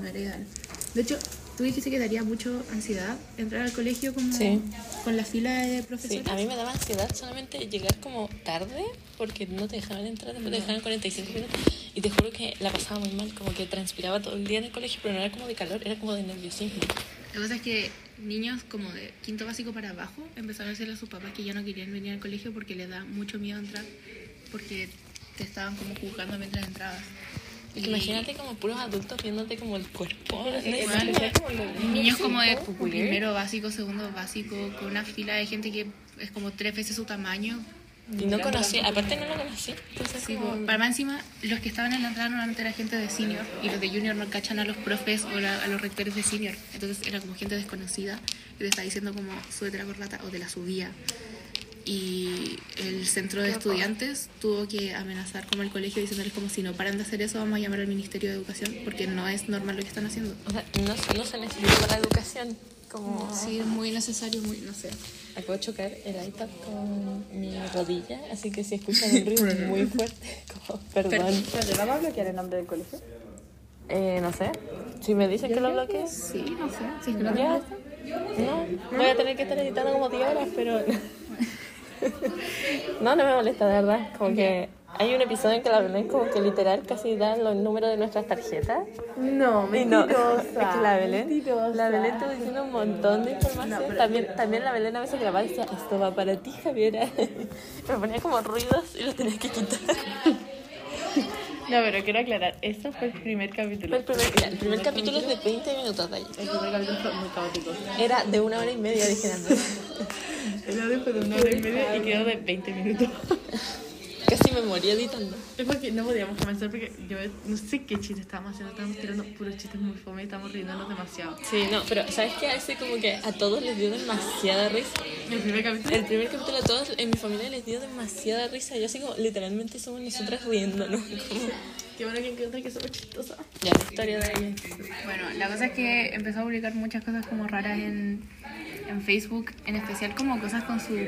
S6: no era ideal. De hecho, tú dijiste que daría mucho ansiedad entrar al colegio como
S3: Sí.
S6: con la fila de
S3: Sí,
S6: profesores.
S3: a mí me daba ansiedad solamente llegar como tarde porque no te dejaban entrar, después te dejaban 45 minutos y te juro que la pasaba muy mal, como que transpiraba todo el día en el colegio, pero no era como de calor, era como de nerviosismo.
S6: La cosa es que niños como de quinto básico para abajo empezaron a decirle a sus papás que ya no querían venir al colegio porque les da mucho miedo entrar, porque te estaban como juzgando mientras entrabas. Y-
S3: Imagínate como puros adultos viéndote como el cuerpo.
S6: Bueno,
S3: ¿no?
S6: Niños como de primero básico, segundo básico, con una fila de gente que es como tres veces su tamaño.
S3: Y no conocí, aparte no lo conocí. Entonces
S6: Sí,
S3: como-
S6: po. Para más encima, los que estaban en la entrada normalmente era gente de senior y los de junior no cachan a los profes o la- a los rectores de senior. Entonces era como gente desconocida que te está diciendo como súbete la corbata o te la subía. Y el centro de estudiantes tuvo que amenazar como el colegio diciéndoles como si no paran de hacer eso vamos a llamar al Ministerio de Educación porque no es normal lo que están haciendo.
S3: O sea, no, no se necesita la educación. Como
S6: Sí, es muy necesario, muy, no sé.
S3: acabo de chocar el iPad con mi rodilla, así que si escuchan un ruido muy fuerte, como perdón.
S2: ¿Pero le vamos a bloquear el nombre del colegio?
S3: Eh, no sé. Si me dices que lo bloquees,
S6: Sí, no sé. Si es que no te
S3: ya. No, voy a tener que estar editando como 10 horas, pero. *laughs* No, no me molesta, de verdad. Como que hay un episodio en que la Belén, como que literal, casi da los números de nuestras tarjetas.
S2: No,
S3: Y no, es que la Belén, la Belén estuvo diciendo un montón de información. también, también la Belén a veces grababa y decía, esto va para ti, Javiera. *laughs* Me ponía como ruidos y lo tenía que quitar. *laughs*
S2: No, pero quiero aclarar, esto fue el primer capítulo.
S3: El primer, mira, el primer capítulo es de 20 minutos de ahí.
S2: El primer capítulo fue muy caótico.
S3: Era de una hora y media, dije, "No".
S2: El audio fue de una hora y media y quedó de 20 minutos.
S3: casi me moría editando.
S2: Es porque no podíamos comenzar porque yo no sé qué chiste estábamos haciendo, estábamos tirando puros chistes muy fome y estábamos riéndonos demasiado.
S3: Sí, no, pero ¿sabes qué? A veces como que a todos les dio demasiada risa.
S2: El primer capítulo
S3: El primer capítulo a todos en mi familia les dio demasiada risa. Yo así como, literalmente somos nosotras riéndonos. Como,
S2: Qué bueno que encontré que somos chistosas.
S3: ya, la historia de ella.
S6: Bueno, la cosa es que empezó a publicar muchas cosas como raras en, en Facebook, en especial como cosas con su,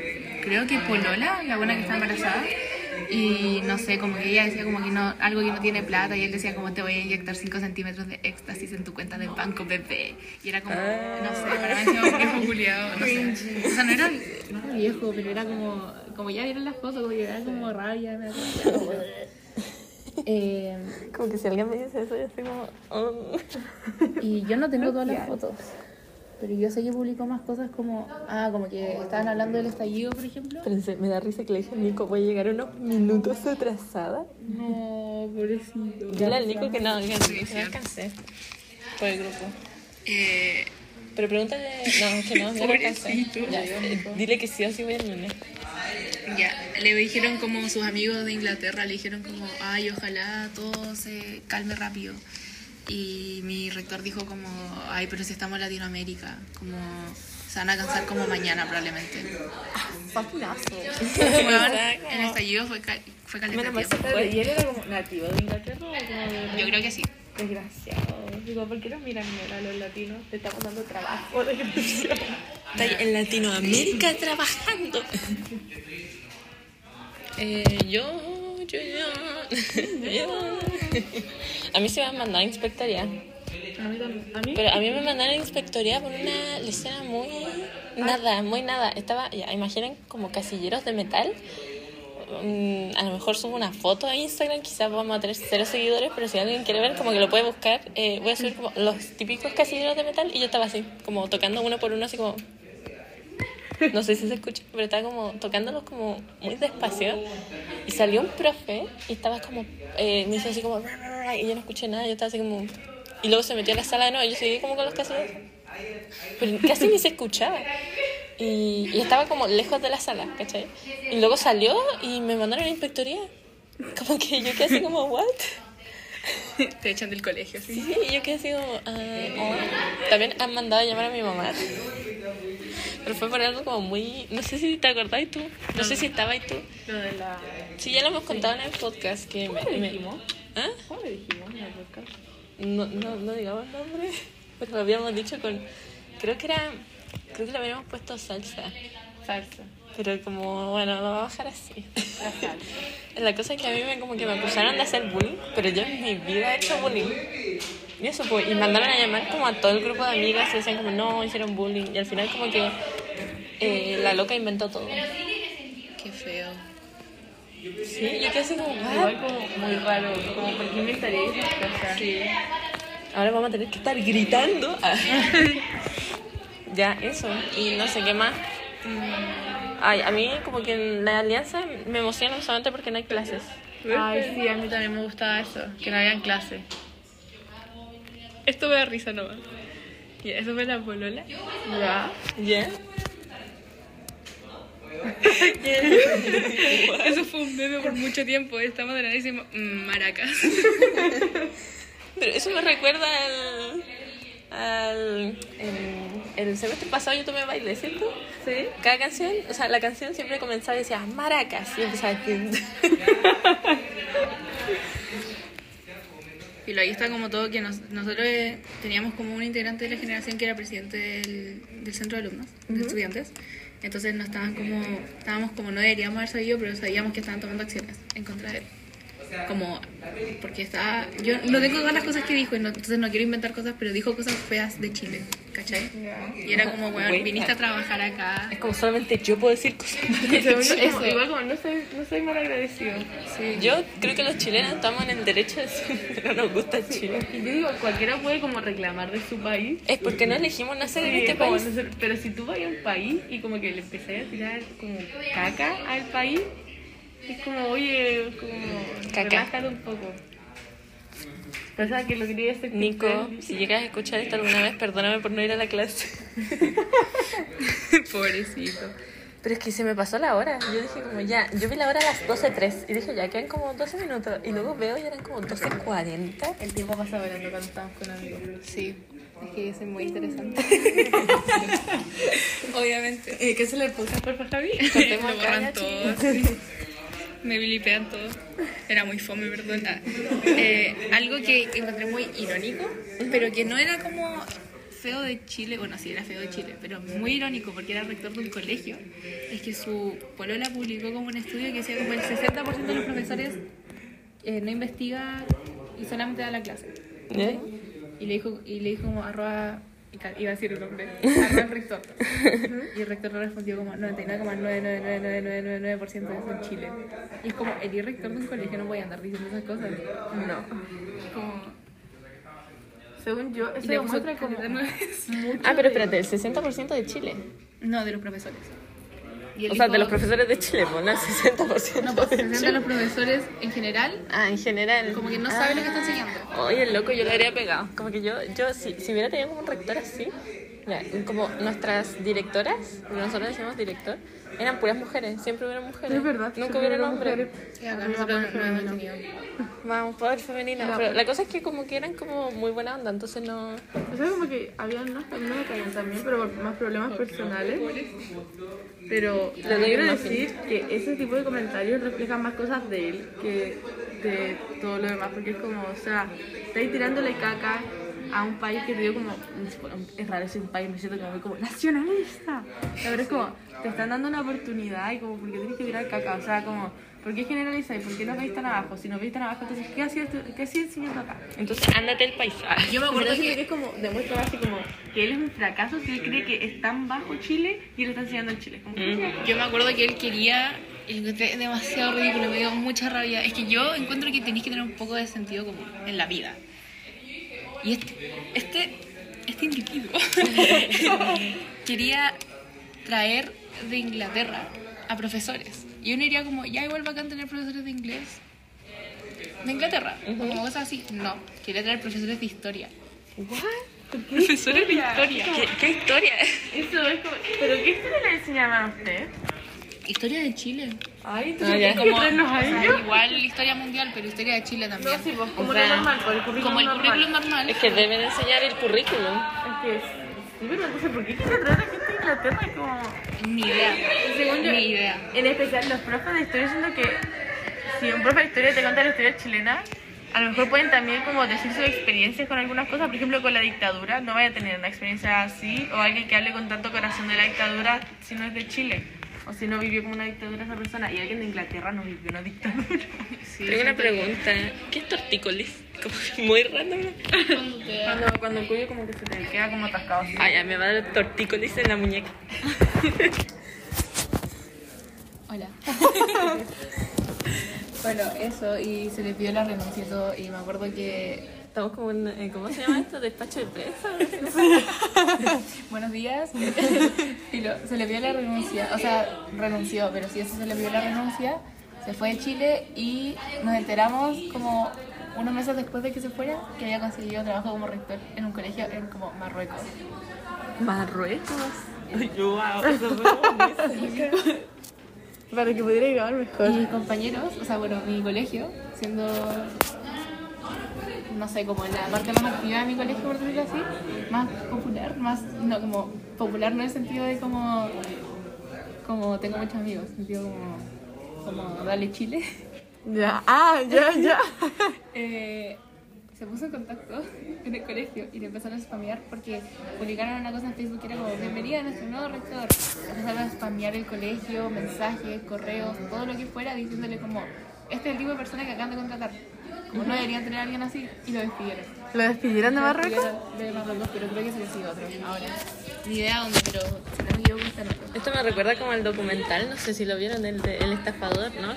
S6: creo que Polola, la buena que está embarazada. Y no sé, como que ella decía como que no, algo que no tiene plata y él decía como te voy a inyectar 5 centímetros de éxtasis en tu cuenta de banco, bebé. Y era como, no sé, para mí era un viejo culiado, no sé. O sea, no era, no era viejo, pero era como, como ya vieron las fotos, como que era como rabia, me
S3: *laughs*
S6: acuerdo. Eh,
S3: Como que si alguien me dice eso, yo estoy como. "Oh".
S6: Y yo no tengo todas las fotos. Pero yo sé que publicó más cosas como. Ah, como que estaban hablando del estallido, por ejemplo.
S3: Pero en serio, me da risa que le dije a Nico, voy a llegar unos minutos atrasada.
S2: No, pobrecito.
S3: Yo le Nico que no, que no, que no alcancé. Por el grupo.
S6: Eh,
S3: Pero pregúntale. No, es que no, no lo alcancé. Ya, eh, dile que sí o sí voy el lunes.
S6: Ya, le dijeron como sus amigos de Inglaterra, le dijeron como, ay, ojalá todo se calme rápido. Y mi rector dijo como, ay, pero si estamos en Latinoamérica, como se van a cansar como mañana probablemente. Weón, el estallido fue, ca- fue caleta de
S3: Menos mal se
S6: tiempo.
S3: fue.
S2: ¿Y él era como nativo de Inglaterra o como de
S6: Yo creo que sí.
S2: Desgraciado. Digo, ¿por qué nos miran mal a los latinos? Te estamos dando trabajo, desgraciado.
S3: Está ahí en Latinoamérica trabajando. *laughs* Eh, yo, yo, yo, *laughs* yo. A mí se me van a mandar a inspectoría.
S2: A mí también. A mí
S3: Pero a mí me mandaron a inspectoría por una lesera muy. Nada, muy nada. Estaba, ya, imaginen como casilleros de metal. Mm, a lo mejor subo una foto a Instagram, quizás vamos a tener cero seguidores, pero si alguien quiere ver, como que lo puede buscar. Eh, voy a subir como los típicos casilleros de metal y yo estaba así, como tocando uno por uno, así como. *laughs* No sé si se escucha, pero estaba como tocándolos como muy despacio. Y salió un profe y estaba como. eh, me hizo así como. "Ra, ra, ra", Y yo no escuché nada, yo estaba así como. Y luego se metió a la sala de nuevo y yo seguí como con los casilleros. Pero casi ni se escuchaba. Y, y estaba como lejos de la sala, ¿cachai? Y luego salió y me mandaron a la inspectoría. Como que yo quedé así como, ¿what?
S6: Te echan del colegio, sí.
S3: Sí, y yo quedé así como, ah, ah. También han mandado a llamar a mi mamá. Pero fue por algo como muy. No sé si te acordáis tú. No sé si estabas tú.
S2: lo de la...
S3: Sí, ya lo hemos contado en el podcast. que me, me- ¿Ah?
S2: ¿Cómo le dijimos en el podcast?
S3: no, no, no digamos el nombre, *laughs* pero lo habíamos dicho con. Creo que era. Creo que le habíamos puesto salsa.
S2: Salsa.
S3: Pero como, bueno, lo va a bajar así.
S2: La salsa.
S3: *laughs* La cosa es que a mí me, como que me acusaron de hacer bullying, pero yo en mi vida he hecho bullying. Y eso pues, y mandaron a llamar como a todo el grupo de amigas y decían como, no, hicieron bullying. Y al final como que eh, la loca inventó todo.
S6: Qué feo.
S3: Sí, yo quedé así como, "What?".
S2: Igual como muy raro. Como por qué inventaría esas cosas. Sí.
S3: Ahora vamos a tener que estar gritando. Ah.
S2: *laughs*
S3: ya, eso. Y no sé qué más. Mm, Ay, a mí como que en la alianza me emociona solamente porque no hay clases.
S2: Ay, sí, a mí también me gustaba eso, que no habían clase.
S3: Esto me da risa nomás. Ya, eso fue la polola.
S2: Ya.
S3: ¿Ya? Eso fue un meme por mucho tiempo. ¿eh? Estamos de la nada y decimos, "Mm, maracas. *laughs* Pero eso me recuerda al. al en- el semestre pasado yo tomé baile, ¿cierto? Sí. Cada canción, o sea, la canción siempre comenzaba y decía maracas. Y empezaba. *laughs*
S6: Y ahí está como todo que nos- nosotros eh, teníamos como un integrante de la generación que era presidente del, del centro de alumnos, de estudiantes. Entonces no estaban como, estábamos como no deberíamos haber sabido, pero sabíamos que estaban tomando acciones en contra de él. Como, porque estaba, yo no tengo todas las cosas que dijo, y no- entonces no quiero inventar cosas, pero dijo cosas feas de Chile, ¿cachai? Y era como, bueno, viniste a trabajar acá.
S3: Como solamente yo puedo decir cosas
S2: *laughs*
S3: malas.
S2: Eso. Igual como no soy, no soy mal agradecido.
S3: Yo creo que los chilenos estamos en el derecho de decir *laughs* que no nos gusta Chile.
S2: Y yo digo, cualquiera puede como reclamar de su país.
S3: Es porque no elegimos nacer en
S2: Sí,
S3: este
S2: como
S3: país.
S2: no ser- pero si tú vas a un país y como que le empezás a tirar como caca al país, es como, oye, como,
S3: Caca.
S2: relájalo un poco. Pensaba que lo quería hacer
S3: Nico,
S2: cultural.
S3: si llegas a escuchar esto alguna vez, perdóname por no ir a la clase.
S6: *laughs* Pobrecito.
S3: Pero es que se me pasó la hora. Yo dije como ya, yo vi la hora a las 12.03 y dije ya, quedan como 12 minutos. Y luego veo y eran como 12.40.
S2: El tiempo pasa volando cuando estamos con amigos.
S6: Sí, es que eso es muy interesante. *laughs* Obviamente.
S8: Eh, ¿Qué es el podcast?
S6: *laughs* Cortemos acá, ya, chicos. Me bilipean todo. Era muy fome, perdón. Ah, eh, algo que encontré muy irónico, pero que no era como feo de Chile, bueno, sí era feo de Chile, pero muy irónico porque era rector de un colegio, es que su polola publicó como un estudio que decía como el 60% de los profesores eh, no investiga y solamente da la clase.
S3: ¿Eh?
S6: Y le dijo, y le dijo como arroba, y ca- iba a decir el nombre, arroba el rector. y el rector le respondió como 99,99999% de eso en Chile. Y es como, el rector de un colegio no voy a andar diciendo esas cosas. No. Como,
S2: Según yo,
S6: y
S2: eso
S6: le puso
S2: demuestra como...
S6: caleta nueves.
S3: Ah, pero espérate, el 60% de Chile.
S6: No, de los profesores. Y él
S3: O sea,
S6: dijo-
S3: de los profesores de Chile, pues no *laughs* el 60%.
S6: No, pues,
S3: de
S6: de
S3: Chile.
S6: los profesores en general,
S3: Ah, en general. Ah.
S6: como que no saben lo que están siguiendo.
S3: Oye, loco, yo le habría pegado. Como que yo, yo si, si hubiera tenido como un rector así, ya, como nuestras directoras, porque nosotros decíamos director, eran puras mujeres, siempre hubieran mujeres.
S8: Es verdad,
S3: Nunca
S8: siempre
S3: hubieran
S8: hubieron
S3: hombres.
S6: Y acá nosotros no hemos tenido.
S3: Vamos, poder femenino. Pero la cosa es que como que eran como muy buena onda, entonces no...
S8: O sea, como que había unos que a mí no me caían también, pero por más problemas personales. Pero
S3: Lo doy
S8: quiero
S3: una
S8: decir que ese tipo de comentarios reflejan más cosas de él que de todo lo demás, porque es como, o sea, estáis tirándole caca a un país que te dio como, es raro decir un país, me siento como muy como nacionalista. La verdad es como, te están dando una oportunidad y como, ¿por qué tienes que tirar caca? O sea, como, ¿por qué generalizáis? ¿Por qué nos veis tan abajo? Si nos veis tan abajo, entonces, ¿qué hacías tú- qué hacías enseñando acá?
S3: Entonces, ándate el Ah, paisaje.
S6: Yo me acuerdo
S8: Siento
S6: que
S8: que es como, demuestra así como que él es un fracaso si él cree que es tan bajo Chile y él está enseñando en Chile. Como que
S6: Yo me acuerdo que él quería y lo encontré demasiado ridículo, me dio mucha rabia. Es que yo encuentro que tenéis que tener un poco de sentido común en la vida. Y este, este, este individuo *laughs* quería traer de Inglaterra a profesores. Y uno diría como, ya igual bacán tener profesores de inglés de Inglaterra, como cosas así. No, quería traer profesores de historia. Profesores de historia.
S3: ¿Qué, qué historia?
S2: Eso es como... ¿Pero qué historia le enseñaban a usted?
S6: Historia de Chile.
S2: Ay,
S3: Ah, ya.
S6: Como, o
S2: traerlos a
S6: sea, igual historia mundial, pero historia de Chile también.
S2: Sí, pues, como
S6: O
S2: lo
S6: sea,
S2: normal, por el currículum
S6: como el
S2: normal.
S6: currículum normal.
S3: Es que deben enseñar el currículum.
S2: Es que sí, pero entonces, ¿por qué quiere traer a gente de Inglaterra? Es como...
S6: Ni idea.
S2: Según yo,
S6: Ni idea.
S2: en especial los profes de historia, siento que si un profe de historia te cuenta la historia chilena, a lo mejor pueden también como decir sus experiencias con algunas cosas, por ejemplo con la dictadura, no vaya a tener una experiencia así, o alguien que hable con tanto corazón de la dictadura si no es de Chile, o si no vivió como una dictadura esa persona, y alguien de Inglaterra no vivió una dictadura.
S3: Tengo una pregunta. ¿Qué es tortícolis? Como *laughs* que muy random.
S2: Cuando, cuando el cuello como que se te queda como atascado. así.
S3: Ay, ya me va a dar tortícolis en la muñeca.
S6: *laughs* Hola. bueno, eso, y se le pidió la renuncia y todo, y me acuerdo que...
S3: Estamos como en, eh, ¿cómo se llama esto? Despacho de prensa.
S6: Buenos días. *laughs* Filo, se le pidió la renuncia, o sea, renunció, pero sí, eso se le pidió la renuncia. Se se fue de Chile y nos enteramos como unos meses después de que se fuera que había conseguido trabajo como rector en un colegio en como Marruecos.
S5: *laughs* Para que pudiera llegar mejor.
S6: Y mis compañeros, o sea, bueno, mi colegio, siendo, no sé, como la parte más activa de mi colegio, por decirlo así, más popular, más, no, como popular no en el sentido de como, como tengo muchos amigos, en el sentido como, como dale Chile,
S5: Ya, ah, ya, ya.
S6: eh, se puso en contacto en el colegio y le empezaron a spamear porque publicaron una cosa en Facebook que era como, bienvenida a nuestro nuevo rector. Empezaron a spamear el colegio, mensajes, correos, todo lo que fuera, diciéndole como, este es el tipo de persona que acaban de contratar. Como no deberían tener a alguien así y lo despidieron.
S5: ¿Lo despidieron de
S6: Lo
S5: Marruecos?
S6: despidieron De Marruecos, pero creo que se decidió otro ahora. Ni idea dónde, pero si no me equivoco está en otro.
S3: Esto me recuerda como el documental, no sé si lo vieron, el de El Estafador, ¿no?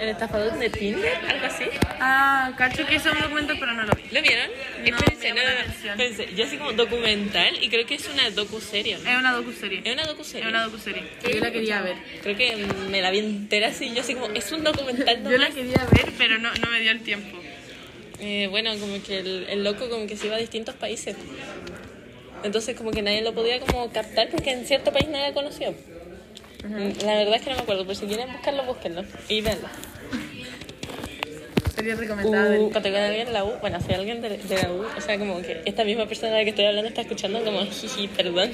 S3: El Estafador de Tinder, algo así.
S2: Ah, cacho que hizo un documento, pero no lo vi.
S3: ¿Lo vieron?
S2: No,
S3: Espérense,
S2: me llamó
S3: no,
S2: la
S3: no,
S2: atención.
S3: espérense. Yo así como documental y creo que es una docuserie, ¿no?
S2: Es una docuserie.
S3: Es una docuserie.
S2: Es una docuserie.
S5: Yo la quería ver.
S3: Creo que me la vi entera así, yo así como, es un documental
S2: Yo la
S3: nomás.
S2: quería ver, pero no, no me dio el tiempo.
S3: Eh, bueno, como que el, el loco como que se iba a distintos países. Entonces como que nadie lo podía como captar porque en cierto país nadie lo conocía. La verdad es que no me acuerdo, pero si quieren buscarlo, búsquenlo y véanlo.
S5: Sería recomendable.
S3: Uh, cuando con alguien de la U, bueno, si alguien de, de la U, o sea, como que esta misma persona de la que estoy hablando está escuchando como, jiji, perdón.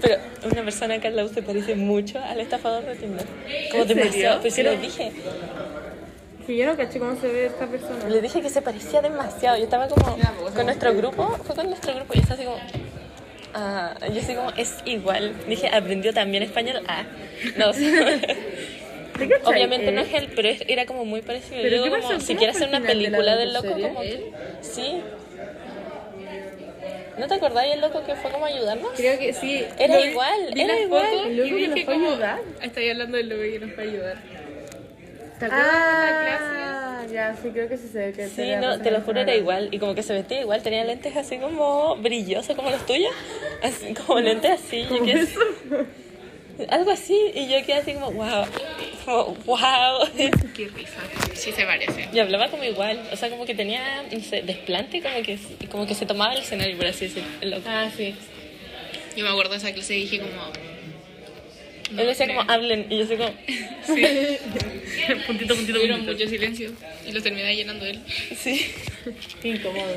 S3: Pero una persona acá en la U se parece mucho al estafador de Tinder. Como demasiado, pues sí, le dije.
S5: Si yo no caché cómo se ve esta persona.
S3: Le dije que se parecía demasiado. Yo estaba como con nuestro grupo, fue con nuestro grupo y yo estaba así como. ah, yo así como, es igual. Dije, aprendió también español. Ah,
S5: *laughs*
S3: no, o sea,
S5: ¿Te cachai?
S3: Obviamente
S5: Eh,
S3: no es él, pero es- era como muy parecido.
S5: ¿Pero
S3: Yo
S5: qué
S3: como,
S5: pasó?
S3: si
S5: ¿Cómo
S3: quiere
S5: fue
S3: hacer
S5: el
S3: una
S5: final de
S3: película
S5: la ¿eh?
S3: del loco,
S5: docuserie?
S3: como...
S5: ¿Él?
S3: Sí. ¿No te acordáis el loco que fue como a ayudarnos?
S5: Creo que sí.
S3: Era
S5: Lo vi-
S3: igual,
S5: vi
S3: era
S5: las
S3: igual.
S5: fotos y
S3: Luego
S5: dije
S3: nos
S5: como,
S6: Estoy hablando del logo que nos va a ayudar. ¿Te acuerdas
S5: Ah, ya, sí, creo que sí se ve que
S2: Este
S3: Sí,
S5: era
S3: no,
S5: persona
S3: te lo juro, era
S5: rara.
S3: igual. Y como que se vestía igual, tenía lentes así como brillosos, como los tuyos. *laughs* Así, como lentes así. Yo quedé así- Algo así. Y yo quedé así como, wow. Como, wow.
S6: Qué risa. Sí se parece.
S3: *laughs* Y hablaba como igual. O sea, como que tenía, no sé, desplante, como que, como que se tomaba el escenario, por así decirlo. el loco.
S6: Ah, sí. Yo me acuerdo de esa clase y dije como...
S3: Él decía como, hablen. Y yo así como, *laughs*
S6: Sí.
S2: Puntito, puntito,
S6: Tuvieron
S2: puntito.
S6: mucho silencio y los terminé llenando él.
S3: Sí. incómodo.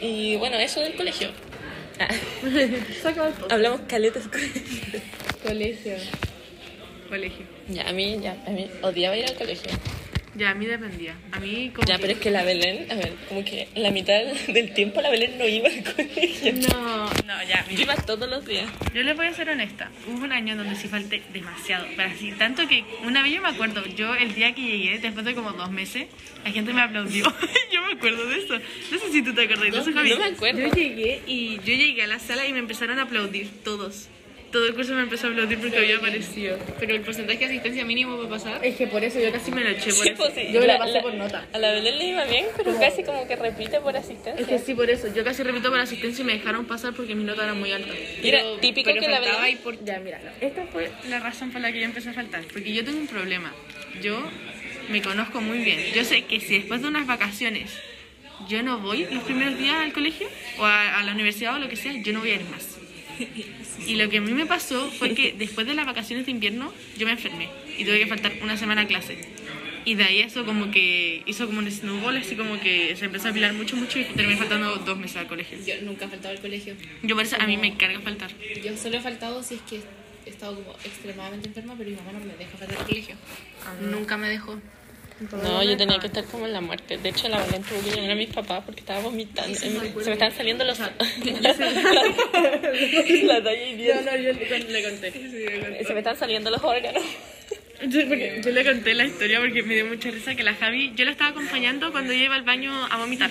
S3: Y bueno, eso del colegio. Ah. Hablamos caletas *laughs* colegio.
S2: Colegio.
S3: Ya, a mí, ya, a mí odiaba ir al colegio.
S2: Ya, a mí dependía. A mí como
S3: Ya,
S2: que-
S3: pero es que la Belén, a ver, como que la mitad del tiempo la Belén no iba al colegio.
S2: No, no, ya,
S3: Yo
S2: mira.
S3: iba todos los días.
S2: Yo les voy a ser honesta. Hubo un año donde sí falté demasiado. Pero así, tanto que una vez yo me acuerdo, yo el día que llegué, después de como dos meses, la gente me aplaudió. *laughs* yo me acuerdo de eso. No sé si tú te acordás de eso, Javi.
S3: No me acuerdo.
S2: Yo llegué y yo llegué a la sala y me empezaron a aplaudir todos. Todo el curso me empezó a aplaudir porque había aparecido.
S6: Pero el porcentaje de asistencia mínimo para pasar.
S5: Es que por eso yo
S2: Casi
S5: casi
S2: me lo eché por
S3: Sí,
S2: eso.
S3: pues, sí,
S5: Yo la pasé por nota.
S3: A la Belén le iba bien, pero casi como que repite por asistencia.
S2: Es que sí, por eso. Yo casi repito por asistencia y me dejaron pasar porque mis notas eran muy altas.
S3: Mira, típico
S6: pero
S3: que la
S6: faltaba
S3: Belén...
S6: y por...
S5: Ya, mira, no.
S2: Esta fue la razón por la que yo empecé a faltar. Porque yo tengo un problema. Yo me conozco muy bien. Yo sé que si después de unas vacaciones yo no voy los primeros días al colegio o a, a la universidad o lo que sea, yo no voy a ir más. Y lo que a mí me pasó fue que después de las vacaciones de invierno yo me enfermé y tuve que faltar una semana a clase. Y de ahí eso como que hizo como un snowball, así como que se empezó a apilar mucho, mucho y terminé faltando dos meses al colegio.
S6: Yo nunca he faltado al colegio.
S2: Yo por eso a mí me carga faltar.
S6: Yo solo he faltado si es que he estado como extremadamente enferma, pero mi mamá no me deja faltar al colegio. Nunca me dejó.
S3: No, yo tenía que estar como en la muerte. De hecho, la Belén tuvo que llamar a mis papás porque estaba vomitando. Em, Se me estaban saliendo los... *laughs* la *laughs* la talla idiota.
S5: yo le conté.
S3: Se me están saliendo los órganos.
S2: Yo, porque yo le conté la historia porque me dio mucha risa que la Javi, yo la estaba acompañando cuando ella iba al baño a vomitar.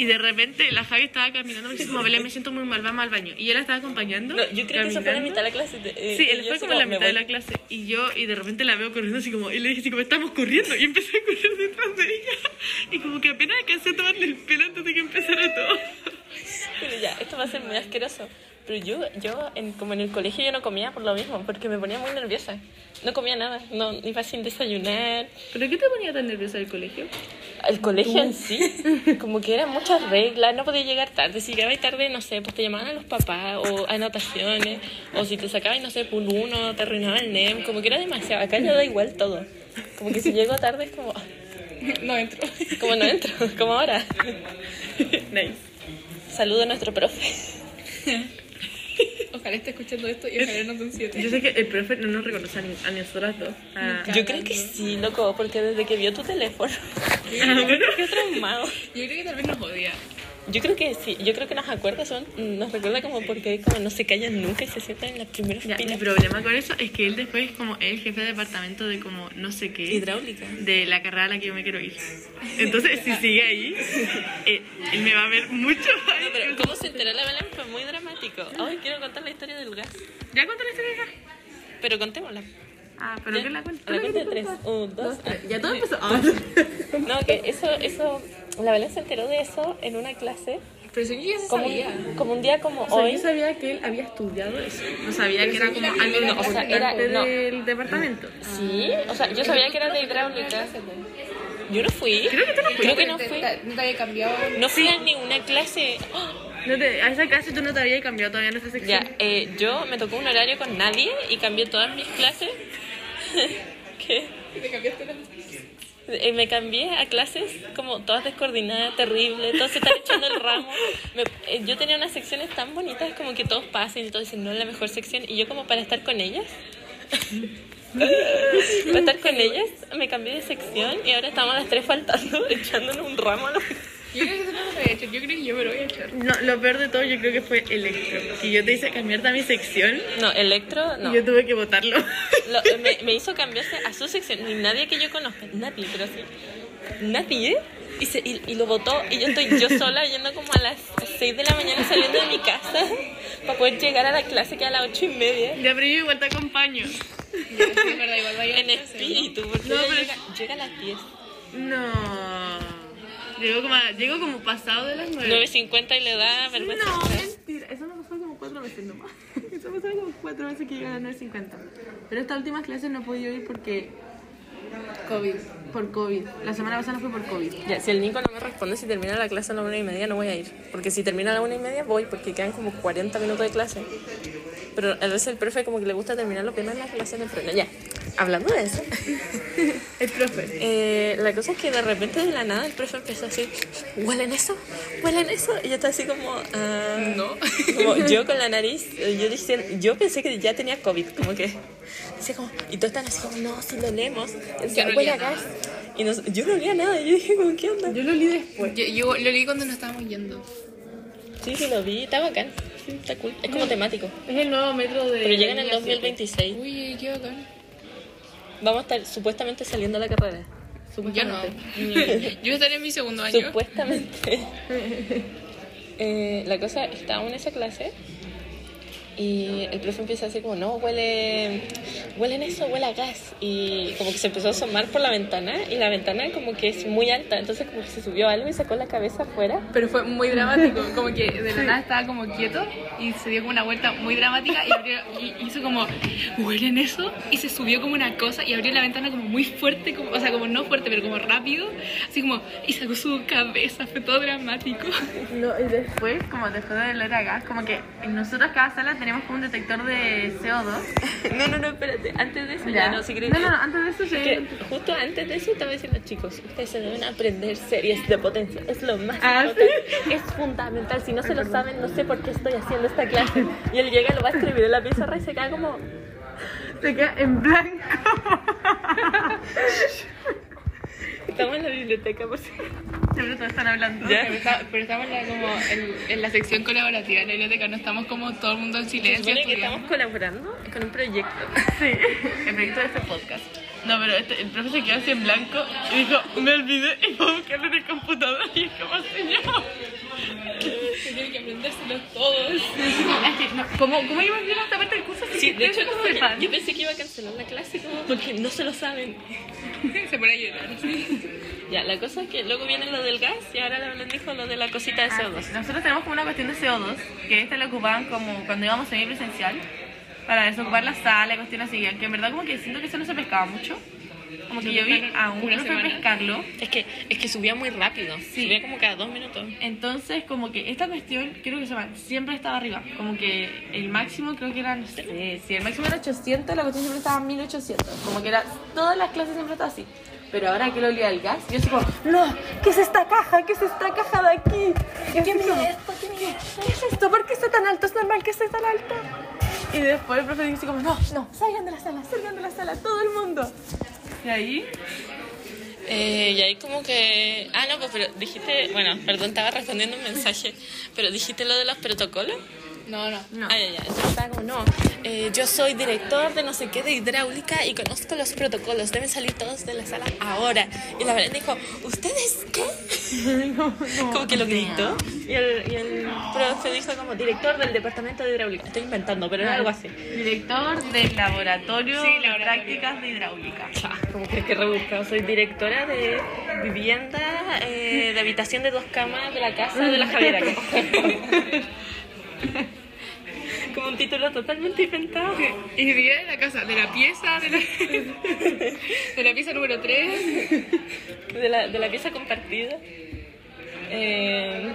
S2: Y de repente la Javi estaba caminando, me dice como, Belén, me siento muy mal, vamos al baño. Y yo la estaba acompañando.
S3: No, yo creo que eso fue la
S2: caminando.
S3: mitad de la clase. de- eh,
S2: Sí,
S3: y
S2: él
S3: yo
S2: fue
S3: así
S2: como la
S3: me
S2: mitad de
S3: voy.
S2: la clase. Y yo, y de repente la veo corriendo así como, y le dije así como, estamos corriendo. Y empecé a correr detrás de *laughs* ella. Y como que apenas alcancé a tomarle el pelo antes de que empezara todo.
S3: Pero ya, esto va a ser muy asqueroso. Pero yo, yo en, como en el colegio yo no comía por lo mismo, porque me ponía muy nerviosa. No comía nada, no iba sin desayunar.
S2: ¿Pero qué te ponía tan nerviosa el colegio?
S3: El colegio en sí, como que eran muchas reglas, no podía llegar tarde. Si llegabas tarde, no sé, pues te llamaban a los papás o a anotaciones, o si te sacaban, no sé, un uno, te arruinaban el NEM, como que era demasiado. Acá ya da igual todo. Como que si llego tarde es como, ah,
S2: No entro.
S3: como no entro, como ahora.
S2: *laughs* Nice.
S3: Saludo a nuestro profe.
S6: Ojalá este esté escuchando esto y ojalá no son siete.
S2: Yo sé que el profe no nos reconoce a, ni- a nosotras dos. Ah,
S3: Yo creo que sí, loco, porque desde que vio tu
S2: *laughs*
S3: teléfono,
S2: ah, bueno.
S3: qué traumado.
S6: Yo creo que tal vez nos odia.
S3: Yo creo que sí, yo creo que nos acuerda, son, nos recuerda como porque como no se callan nunca y se sientan en las primeras
S2: Ya, mi
S3: filas.
S2: problema con eso es que él después es como el jefe de departamento de como no sé qué.
S3: Hidráulica.
S2: de la carrera a la que yo me quiero ir. Entonces, si sigue ahí, eh, él me va a ver mucho más.
S3: No, pero cómo se enteró la Belén fue muy dramático. Hoy quiero contar la historia del gas,
S2: ¿Ya conté la historia acá?
S3: pero contémosla.
S2: Ah, pero
S3: Ya,
S2: que la
S3: a
S2: cuenta.
S3: la cuenta de tres. Un, dos, tres.
S2: Ya todo empezó.
S3: *laughs* No, que eso, eso, la Belén se enteró de eso en una clase,
S6: Pero eso yo ya se
S3: como, un-
S6: sabía.
S3: como un día como
S2: O sea,
S3: hoy.
S2: yo sabía que él había estudiado eso. No sabía que era como algo
S3: No, o sea, era-
S2: importante
S3: no.
S2: del departamento.
S3: Sí, o sea, yo sabía que era de hidráulica. Yo no fui. Creo que no fui. Creo que no fui.
S6: No te había cambiado.
S3: No fui a ninguna clase. ¡Oh!
S2: No te- a esa clase tú no te habías cambiado todavía nuestra sección.
S3: Ya, eh, yo me tocó un horario con nadie y cambié todas mis clases. *laughs* ¿Qué?
S6: Te cambiaste la.
S3: Eh, me cambié a clases como todas descoordinadas, terrible, todos se están echando el ramo. Me- eh, yo tenía unas secciones tan bonitas como que todos pasan y todos dicen, no, es la mejor sección. Y yo como para estar con ellas, *laughs* para estar con ellas, me cambié de sección y ahora estamos las tres faltando, *laughs* echándonos un ramo a los...
S6: Yo creo que eso no lo había hecho. Yo creo que yo me lo había hecho.
S2: No, lo peor de todo yo creo que fue Electro. Que yo te hice cambiarte a mi sección
S3: No, Electro, no.
S2: y yo tuve que votarlo. *laughs*
S3: Lo- me, me hizo cambiarse a su sección. Ni nadie que yo conozca, nadie, pero sí. Nadie. Y, se- y, y lo votó. Y yo estoy yo sola yendo como a las 6 de la mañana saliendo de mi casa *laughs* para poder llegar a la clase que a las 8 y media.
S2: Ya, pero yo igual te acompaño.
S6: Es verdad, igual vaya a
S3: En
S6: clase, ¿no?
S3: espíritu, porque
S2: No,
S3: ella
S2: pero-
S3: llega, llega a las 10.
S2: No. Llego como, a- llego como pasado de las nueve.
S3: 9.50 y le da vergüenza.
S2: No, mentira. Eso me pasó como cuatro veces nomás. *laughs* Eso me pasó como cuatro veces que llegué a las 9.50. Pero esta última clase no he podido ir porque... COVID. Por COVID. La semana pasada no fue por COVID.
S3: Ya, si el Nico no me responde si termina la clase a la una y media, no voy a ir. Porque si termina a la una y media, voy, porque quedan como 40 minutos de clase. Pero a veces el profe como que le gusta terminar lo primero en la clase de freno. Ya, hablando de *laughs* eso.
S2: El profe.
S3: Eh, la cosa es que de repente de la nada el profe empezó a decir, ¿huelen eso? ¿Huelen eso? Y yo estaba así como, ah, no. Como *laughs* yo con la nariz, eh, yo diciendo, yo pensé que ya tenía COVID, como que, decía como, y todos están así como, no, si lo olemos, decía,
S6: no
S3: huele
S6: olía
S3: a gas. Y nos- yo no olía nada, y yo dije como, ¿qué onda?
S2: Yo lo olí después.
S6: Yo, yo lo leí cuando nos estábamos yendo.
S3: Sí, sí, lo vi, está bacán, sí, Eh, está cool, es como temático.
S2: Es el nuevo metro de...
S3: Pero llega en el
S2: la línea siete.
S3: 2026,
S6: Uy, qué bacán.
S3: vamos a estar supuestamente saliendo a la carrera.
S6: Yo no. *laughs* Yo estaré en mi segundo año.
S3: Supuestamente. *laughs* Eh, la cosa, estábamos en esa clase y el profe empieza a decir como, no, huele, huele en eso, huele a gas. Y como que se empezó a asomar por la ventana y la ventana como que es muy alta, entonces como que se subió algo y sacó la cabeza afuera.
S6: Pero fue muy dramático, como que de la nada estaba como quieto y se dio como una vuelta muy dramática y, abrió- y hizo como, huelen eso, y se subió como una cosa y abrió la ventana como muy fuerte, como, o sea, como no fuerte, pero como rápido, así como, y sacó su cabeza, fue todo dramático.
S2: No, y después, como después de leer a gas, como que nosotros cada sala tenemos como un detector de CO2.
S3: *laughs* No, no, no, espérate, antes de eso ya, no, si creen
S2: no, no, no, antes de eso ya...
S3: que justo antes de eso estaba diciendo chicos, ustedes se deben aprender series de potencia, es lo más
S2: Ah,
S3: importante, es fundamental, si no se lo saben no sé por qué estoy haciendo esta clase. Y él llega, lo va a escribir en la pizarra y se queda como,
S2: Se queda en blanco. *laughs*
S3: estamos en la biblioteca por si
S2: Siempre todos están hablando.
S6: Pero, está- pero estamos en la, como en, en la sección colaborativa de la biblioteca, no estamos como todo el mundo en
S3: Se
S6: silencio
S3: supone que
S6: estudiando.
S3: estamos colaborando con un proyecto.
S2: Sí, el proyecto de este podcast. No, pero este- el profe se quedó así en blanco y dijo, me olvidé y voy a buscarlo en el computador y es como, señor.
S6: Que tienen que aprendérselos todos.
S2: Es que, no, ¿cómo, ¿Cómo iba a decir esta parte del curso? si
S3: Sí, de hecho,
S2: ustedes no
S3: como que
S2: sepan?
S3: yo pensé que iba a cancelar la clase como porque no *laughs* se lo saben.
S6: Se pone a llorar.
S3: Ya, la cosa es que luego viene lo del gas y ahora la Belén dijo lo de la cosita
S2: Ah,
S3: de CO2.
S2: Nosotros tenemos como una cuestión de CO2, que esta la ocupaban como cuando íbamos a ir presencial, para desocupar la sala, cuestiones así, que en verdad como que siento que eso no se pescaba mucho. Como que yo vi a un
S3: Una
S2: profe
S3: semana.
S2: pescarlo.
S3: Es que, es que subía muy rápido, subía como cada dos minutos.
S2: Entonces, como que esta cuestión, creo que se llama, siempre estaba arriba. Como que el máximo creo que era, no sé, si el máximo era 800, la cuestión siempre estaba en 1800. Como que era, todas las clases siempre estaba así. Pero ahora que lo olía el gas, yo soy como, no, ¿qué es esta caja? ¿Qué es esta caja de aquí? ¿Qué, mide esto? ¿Qué mide esto? ¿Qué es esto? ¿Por qué está tan alto? ¿Es normal que esté tan alto? Y después el profe dice como, no, no, salgan de la sala, salgan de la sala, todo el mundo. Y ahí,
S3: Eh, y ahí como que... Ah, no, pues pero dijiste... Bueno, perdón, estaba respondiendo un mensaje, pero dijiste lo de los protocolos.
S6: No, no.
S3: No. Ah, ya, ya. Entonces estaba como, no, eh, yo soy director de no sé qué de hidráulica y conozco los protocolos, deben salir todos de la sala ahora. Y la Belén dijo, ¿ustedes *laughs* qué? como que lo gritó. Y el, y el profe dijo como director del departamento de hidráulica. Estoy inventando, pero era algo así.
S2: director del laboratorio, de prácticas de hidráulica.
S3: Como que, que rebuscado. Soy directora de vivienda, eh, de habitación de dos camas de la casa de la Javiera. como- *laughs* Como un título totalmente inventado.
S6: Y vivía en la casa, de la pieza, de la, de la *laughs* pieza número 3.
S3: de la, de la pieza compartida. Eh,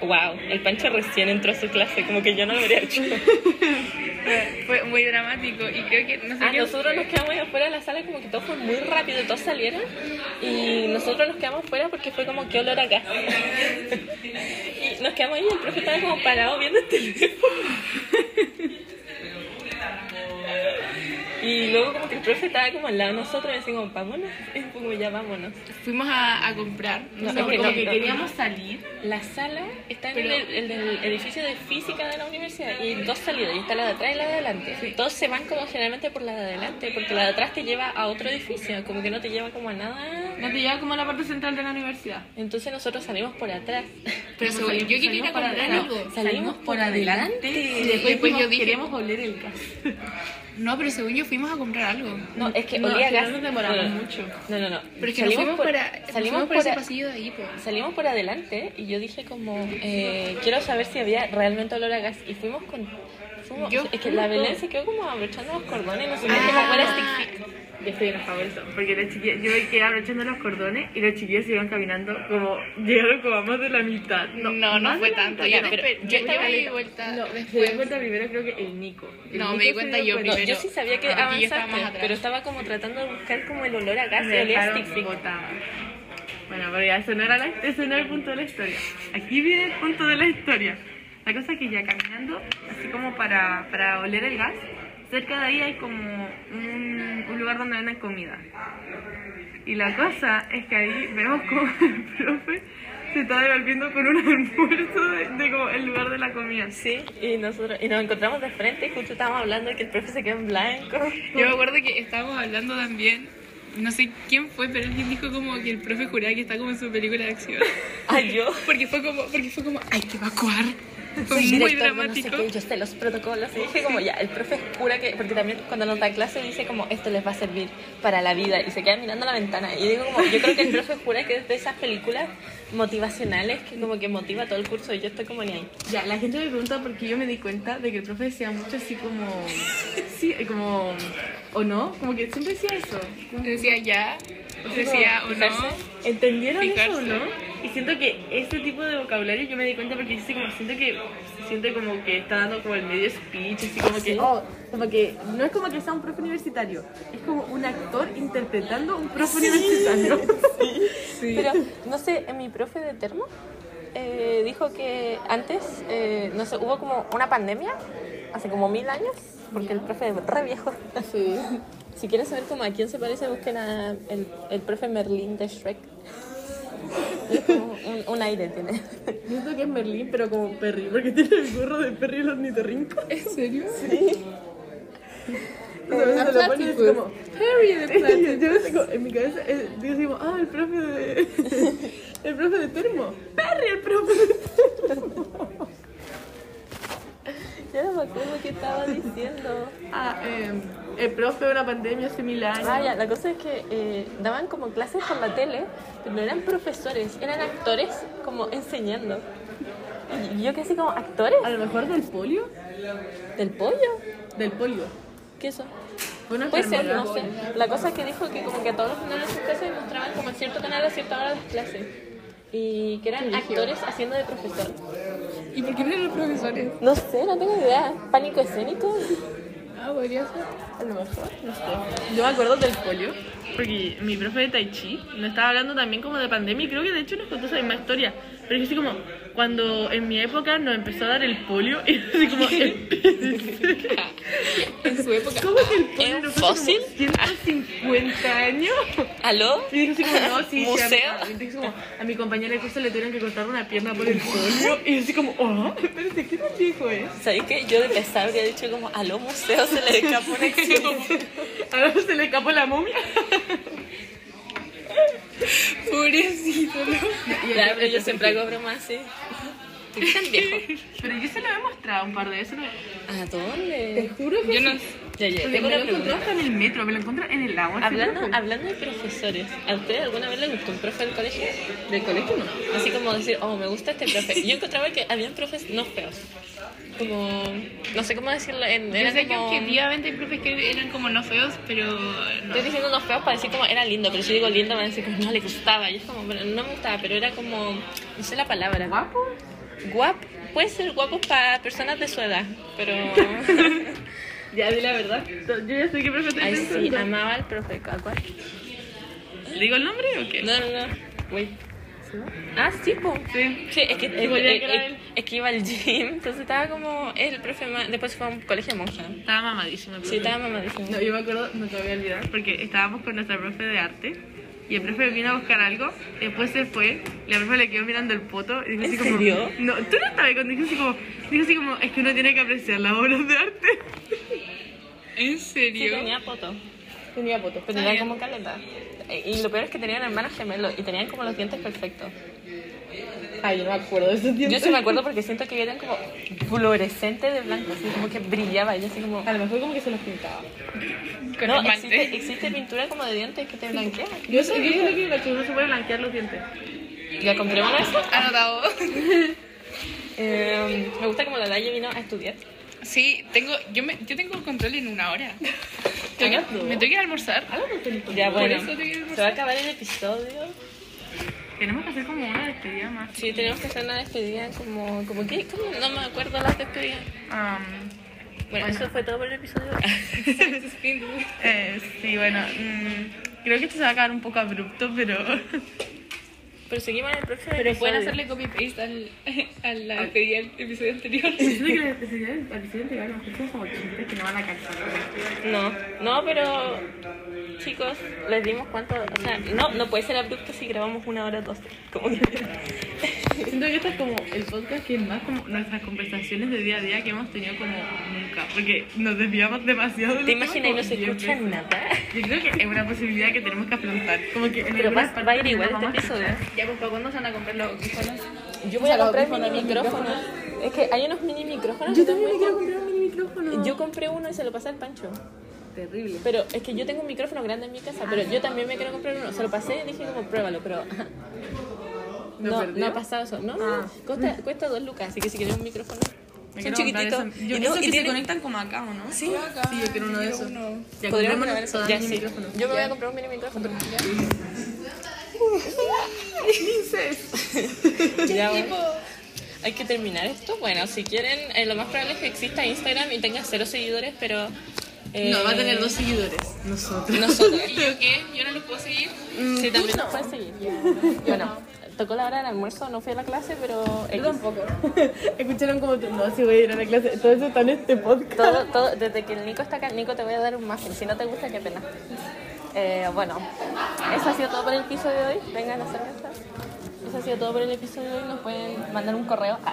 S3: wow, el Pancho recién entró a su clase, como que yo no lo habría hecho.
S6: Fue, fue muy dramático y creo que no sé
S3: Ah,
S6: qué.
S3: nosotros nos quedamos ahí afuera de la sala, como que todo fue muy rápido, todos salieron y nosotros nos quedamos afuera porque fue como que olor acá. *laughs* y nos quedamos ahí y el profe estaba como parado viendo el teléfono. *laughs* Y luego como que el profe estaba como al lado de nosotros y decía como, vámonos, y fue como ya vámonos.
S6: Fuimos a, a comprar.
S3: No,
S6: sé
S3: es que
S6: por
S3: no,
S6: qué.
S3: no.
S2: Queríamos salir
S3: La sala está en
S6: Pero-
S3: el, el del edificio de física de la universidad y dos salidas, y está la de atrás y la de adelante. Todos se van como generalmente por la de adelante, porque la de atrás te lleva a otro edificio, como que no te lleva como a nada.
S2: No te lleva como a la parte central de la universidad.
S3: Entonces nosotros salimos por
S6: *laughs*
S3: atrás.
S6: Pero según- yo quería ir a comprar algo.
S3: Salimos por adelante.
S2: Y después,
S6: después dijimos,
S2: yo dije,
S6: "Queremos
S2: oler el gas.
S6: No, pero según yo fuimos a comprar algo.
S3: No, es que
S2: No,
S3: olía
S2: al
S3: a
S2: final
S3: gas. Ah.
S2: nos demoramos
S3: No, no,
S2: mucho.
S3: No, no, no.
S6: Pero es que nos fuimos, por, a- nos
S3: salimos
S6: fuimos por
S3: por
S6: ese
S3: a-
S6: pasillo de ahí, pues. po.
S3: Salimos por adelante y yo dije como, eh, quiero saber si había realmente olor a gas. Y fuimos con... fuimos-
S6: Yo
S3: es que la Belén se quedó como abrochando los cordones y no sabía
S6: Ah.
S3: qué papel era stick
S2: Yo estoy enojado por eso. Porque los chiquillos, yo me quedé abrochando los cordones y los chiquillos se iban caminando como, llegaron como a más de la mitad. No,
S6: No, no
S2: más
S6: fue
S2: de la
S6: tanto.
S2: mitad,
S6: Yo,
S2: no,
S6: pero-
S2: pero
S6: yo
S2: me
S6: estaba
S2: di
S6: ahí de
S2: cuenta-
S6: vuelta
S2: No, me di
S6: después.
S2: cuenta primero creo que el Nico. El
S6: No, me
S2: Nico
S6: di
S2: se
S6: cuenta
S2: dio
S6: yo
S2: cuenta.
S6: primero.
S3: yo sí sabía que
S6: Ah, yo estaba más
S3: avanzaste,
S6: atrás.
S3: pero estaba como tratando de buscar como el olor a gas y
S2: Me
S3: olía a
S2: dejaron
S3: stick stick.
S2: botada. Bueno, pero ya, eso no, era la- eso no era el punto de la historia. Aquí viene el punto de la historia. La cosa es que ya caminando, así como para, para oler el gas, cerca de ahí hay como un, un lugar donde venden comida. Y la cosa es que ahí vemos como *laughs* el profe se está devolviendo con un almuerzo de, de como el lugar de la comida.
S3: Sí, y nosotros y nos encontramos de frente y justo estábamos hablando de que el profe se quedó en blanco.
S6: Yo me acuerdo que estábamos hablando también, no sé quién fue, pero alguien dijo como que el profe juraba que está como en su película de acción.
S3: Ay, yo.
S6: Porque fue como, porque fue como, hay que evacuar. Fue
S3: Soy
S6: muy
S3: director de no sé
S6: dramático.
S3: qué, yo sé los protocolos. Y dije como ya, el profe jura que, porque también cuando nos da clase dice como esto les va a servir para la vida y se queda mirando la ventana. Y digo como, yo creo que el profe jura que es de esas películas motivacionales que como que motiva todo el curso y yo estoy como ni ahí.
S5: Ya, la gente me pregunta por qué yo me di cuenta de que el profe decía mucho así como. Sí, como. ¿O no? Como que siempre decía eso.
S6: Decía ya, decía o no.
S5: ¿Entendieron eso o
S6: Fijarse.
S5: no?
S2: Y siento que este tipo de vocabulario yo me di cuenta porque así como, siento que siente como que está dando como el medio speech, así como que...
S5: Oh, como que no es como que sea un profe universitario, es como un actor interpretando a un profe universitario. *laughs*
S3: Pero, no sé, en mi profe de termo eh, dijo que antes, eh, no sé, hubo como una pandemia hace como mil años, porque el profe es re viejo. Si quieren saber como a quién se parece, busquen a el, el profe Merlín de Shrek. Es como un, un aire tiene.
S5: Yo siento que es Merlín, pero como Perry, porque tiene el gorro de Perry y el ornitorrinco.
S6: ¿En serio?
S5: O sea, a veces te lo pones y es
S6: Platypus.
S5: como-
S6: Harry de plata.
S5: yo, yo tengo- en mi cabeza eh, digo, así como, ah, el profe de. El profe de termo. Perry, el profe de
S3: Yo no me acuerdo qué estaba diciendo.
S5: Ah, eh,
S2: el profe de una pandemia hace mil años.
S3: Ah, ya, la cosa es que eh, daban como clases por la tele, pero no eran profesores, eran actores como enseñando. Y yo que así como actores
S2: A lo mejor del polio.
S3: del pollo.
S2: Del polio.
S3: ¿Qué eso?
S2: Fue una
S3: Puede ser,
S2: enfermedad.
S3: no sé. La cosa es que dijo que como que a todos los finales de sus clases mostraban como en cierto canal a cierta hora las clases. Y que eran actores haciendo de profesor.
S6: ¿Y por qué no eran los profesores?
S3: No sé, no tengo idea. Pánico escénico.
S6: Ah, podría ser.
S3: A lo mejor.
S2: Yo me acuerdo del polio, porque mi profe de Tai Chi nos estaba hablando también como de pandemia y creo que de hecho nos contó esa misma historia. Pero es así como, cuando en mi época nos empezó a dar el polio, y *laughs* así como, ¿cómo
S6: *laughs* En su época.
S2: es que el polio
S3: ¿Es
S2: nos
S3: fósil?
S2: como 150 años?
S3: ¿Aló?
S2: Y dijo así como, no, sí, sí, a mi-
S3: ¿Museo?
S2: a, mi- dijo como, a mi compañera de curso le tuvieron que cortar una pierna por el polio, y yo así como, oh, *laughs* espérate, ¿qué nos dijo, eh?
S3: ¿Sabéis que yo de pesar habría dicho como aló museo se le escapó una *laughs* acción?
S2: *laughs* Ahora se le escapó la momia.
S6: Pobrecito,
S3: Claro, pero yo siempre hago bromas así. ¿Tú qué tan viejo?
S2: Pero yo se lo he mostrado un par de veces, ¿no?
S3: ¿A dónde?
S2: juro que
S6: Yo no.
S3: Ya, ya,
S2: Me
S3: tengo
S2: lo
S3: una
S2: encontré
S3: pregunta.
S2: hasta en el metro, me lo encontré en el agua.
S3: Hablando, hablando de profesores, ¿a usted alguna vez le gustó un profe del colegio?
S2: del colegio no.
S3: Así como decir, oh, me gusta este profe. Yo encontraba que habían profes no feos. Como, no sé cómo decirlo. En,
S6: Yo
S3: era
S6: sé que
S3: como-
S6: objetivamente hay profes que eran como no feos, pero no.
S3: Estoy diciendo no feos para decir como era lindo, pero si digo lindo van a decir como no le gustaba. Y es como, pero no me gustaba, pero era como, no sé la palabra.
S2: ¿Guapo?
S3: Guap, puede ser guapo para personas de su edad, pero
S2: *laughs* Ya di la verdad. Yo ya sé que profe estoy
S3: ahí sí,
S2: pensando.
S3: amaba al profe Cacuac.
S2: ¿Digo el nombre o qué?
S3: No, no, no. Wait. Ah, sí, po.
S2: Sí.
S3: Sí, es que, es,
S2: volví a
S3: es-
S2: creer.
S3: es- es que iba al gym, entonces estaba como el profe más, después fue a un colegio de monja.
S2: Estaba mamadísimo. el
S3: Sí,
S2: profe.
S3: estaba mamadísimo.
S2: No, yo me acuerdo, no te voy a olvidar, porque estábamos con nuestra profe de arte. Y el profe vino a buscar algo, después se fue, y la profe le quedó mirando el poto y dijo
S3: ¿En
S2: así como...
S3: serio?
S2: No, tú no estabas cuando dijo así como, dijo así como, es que uno tiene que apreciar las obras de arte.
S6: ¿En
S3: Sí,
S6: serio?
S3: tenía poto.
S2: Tenía poto.
S3: Pero tenía como caleta. Eh, Y lo peor es que tenían hermanos gemelos y tenían como los dientes perfectos.
S2: Ay, yo no me acuerdo de esos
S3: Yo sí me acuerdo porque siento que eran como fluorescente de blanco, así como que brillaba. Y yo así como.
S2: A lo mejor como que se los pintaba.
S6: Con
S3: No,
S6: esmalte.
S3: existe, existe pintura como de dientes que te blanquea.
S2: Yo sé yo sé que la churra se puede blanquear los dientes.
S3: ¿Ya compré una de esas?
S6: Anotado.
S3: Eh, me gusta como la Daya vino a estudiar.
S6: Sí, tengo, yo, me, yo tengo control en una hora. Tengo que-
S3: Ah, no.
S6: me tengo que ir a almorzar.
S3: Ya,
S6: Por
S3: bueno.
S6: eso te quiero
S3: Se va a acabar el episodio.
S2: Tenemos que hacer como una despedida más.
S3: Sí, tenemos que hacer una despedida como... como que, ¿Cómo? No me acuerdo las despedidas.
S2: Am,
S3: Bueno, eso fue todo por el episodio. *laughs*
S2: eh, sí, bueno, mm, creo que esto se va a acabar un poco abrupto, pero
S3: Pero seguimos en el próximo
S6: Pero
S3: episodio.
S6: pueden hacerle copy paste al, *laughs* a la despedida del episodio anterior.
S2: siento que la despedida del presidente va a ser como chistes que no van a calzar.
S3: No, no, pero... Chicos, les dimos cuánto... O sea, no, no puede ser abrupto si grabamos una hora doce. Como que...
S2: Siento que esto es como el podcast que es más como nuestras conversaciones de día a día que hemos tenido como nunca, porque nos desviamos demasiado.
S3: ¿Te imaginas y no se escucha nada?
S2: Yo creo que es una posibilidad que tenemos que afrontar. Como que en
S3: Pero
S2: algunas
S3: va,
S2: partes
S3: va a ir igual
S2: nos
S3: este
S2: vamos a
S3: episodio.
S6: Ya, pues, ¿para cuándo se van a comprar los audífonos?
S3: Yo voy a comprar mini micrófonos. Es que hay unos mini micrófonos. Yo también quiero comprar un mini micrófono. Yo compré uno y se lo pasé al Pancho. Terrible. Pero es que yo tengo un micrófono grande en mi casa, pero yo también me quiero comprar uno. Se lo pasé y dije como pruébalo, pero no, no ha pasado eso. No, no, no. Cuesta, cuesta dos lucas, así que si quieres un micrófono. Son
S2: quiero comprar
S3: chiquititos.
S2: eso. Yo
S3: y
S2: pienso
S3: no, y
S2: que se
S3: tienen-
S6: Conectan como acá, ¿o no?
S3: Sí,
S2: Sí, yo quiero uno de esos. Ya,
S3: podríamos
S2: comprémonos
S3: grabar eso.
S2: todas
S3: Ya,
S2: mini
S3: sí.
S2: micrófonos.
S3: Yo me voy a comprar un mini micrófono. Ya, bueno. Hay que terminar esto. Bueno, si quieren, eh, lo más probable es que exista Instagram y tenga cero seguidores, pero. eh,
S2: No, va a tener dos seguidores. Nosotros.
S3: Nosotros.
S6: ¿Y yo qué? ¿Yo no los puedo seguir?
S3: Sí, también nos pueden seguir. Bueno, tocó la hora del almuerzo, no fui a la clase, pero. X. *laughs*
S2: Escucharon como. No, sí voy a ir a la clase. Todo eso está en este podcast.
S3: Todo, todo, desde que el Nico está acá, Nico te voy a dar un muffin. Si no te gusta, qué pena. Eh, bueno, eso ha sido todo por el episodio de hoy. Vengan a cerveza. Eso ha sido todo por el episodio de hoy. Nos pueden mandar un correo. *laughs*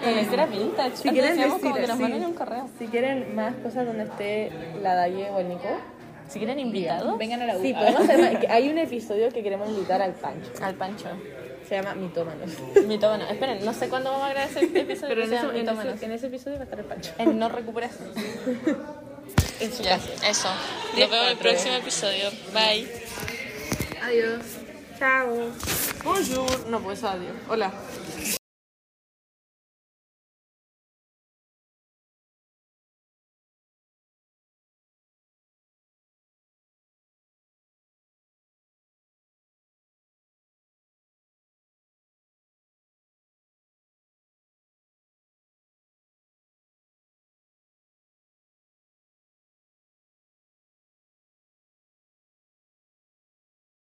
S3: Ah, eh, era vintage.
S2: si
S3: Antes
S2: quieren
S3: decíamos como
S2: decir,
S3: que nos
S2: sí.
S3: manden un correo.
S2: Si quieren más cosas donde esté la Daye o el Nico.
S3: Si quieren invitados,
S6: Vengan a la U.
S2: Sí, podemos hacer más- Ah. *laughs* que Hay un episodio que queremos invitar al Pancho.
S3: al Pancho.
S2: Se llama
S3: *laughs*
S2: Mitómanos.
S3: Mitómano. Esperen, no sé cuándo vamos a
S2: *laughs*
S3: grabar ese episodio.
S2: Pero en,
S3: que se
S2: eso-
S3: llama
S2: en,
S3: Mitómanos.
S2: ese, *laughs* en ese episodio va a estar el Pancho.
S3: En no recuperación.
S9: en su
S3: Ya,
S9: casa.
S3: eso. Nos vemos en el
S2: ¿eh?
S3: próximo episodio. Bye.
S9: Adiós. Chao. Bonjour. No, pues adiós. Hola.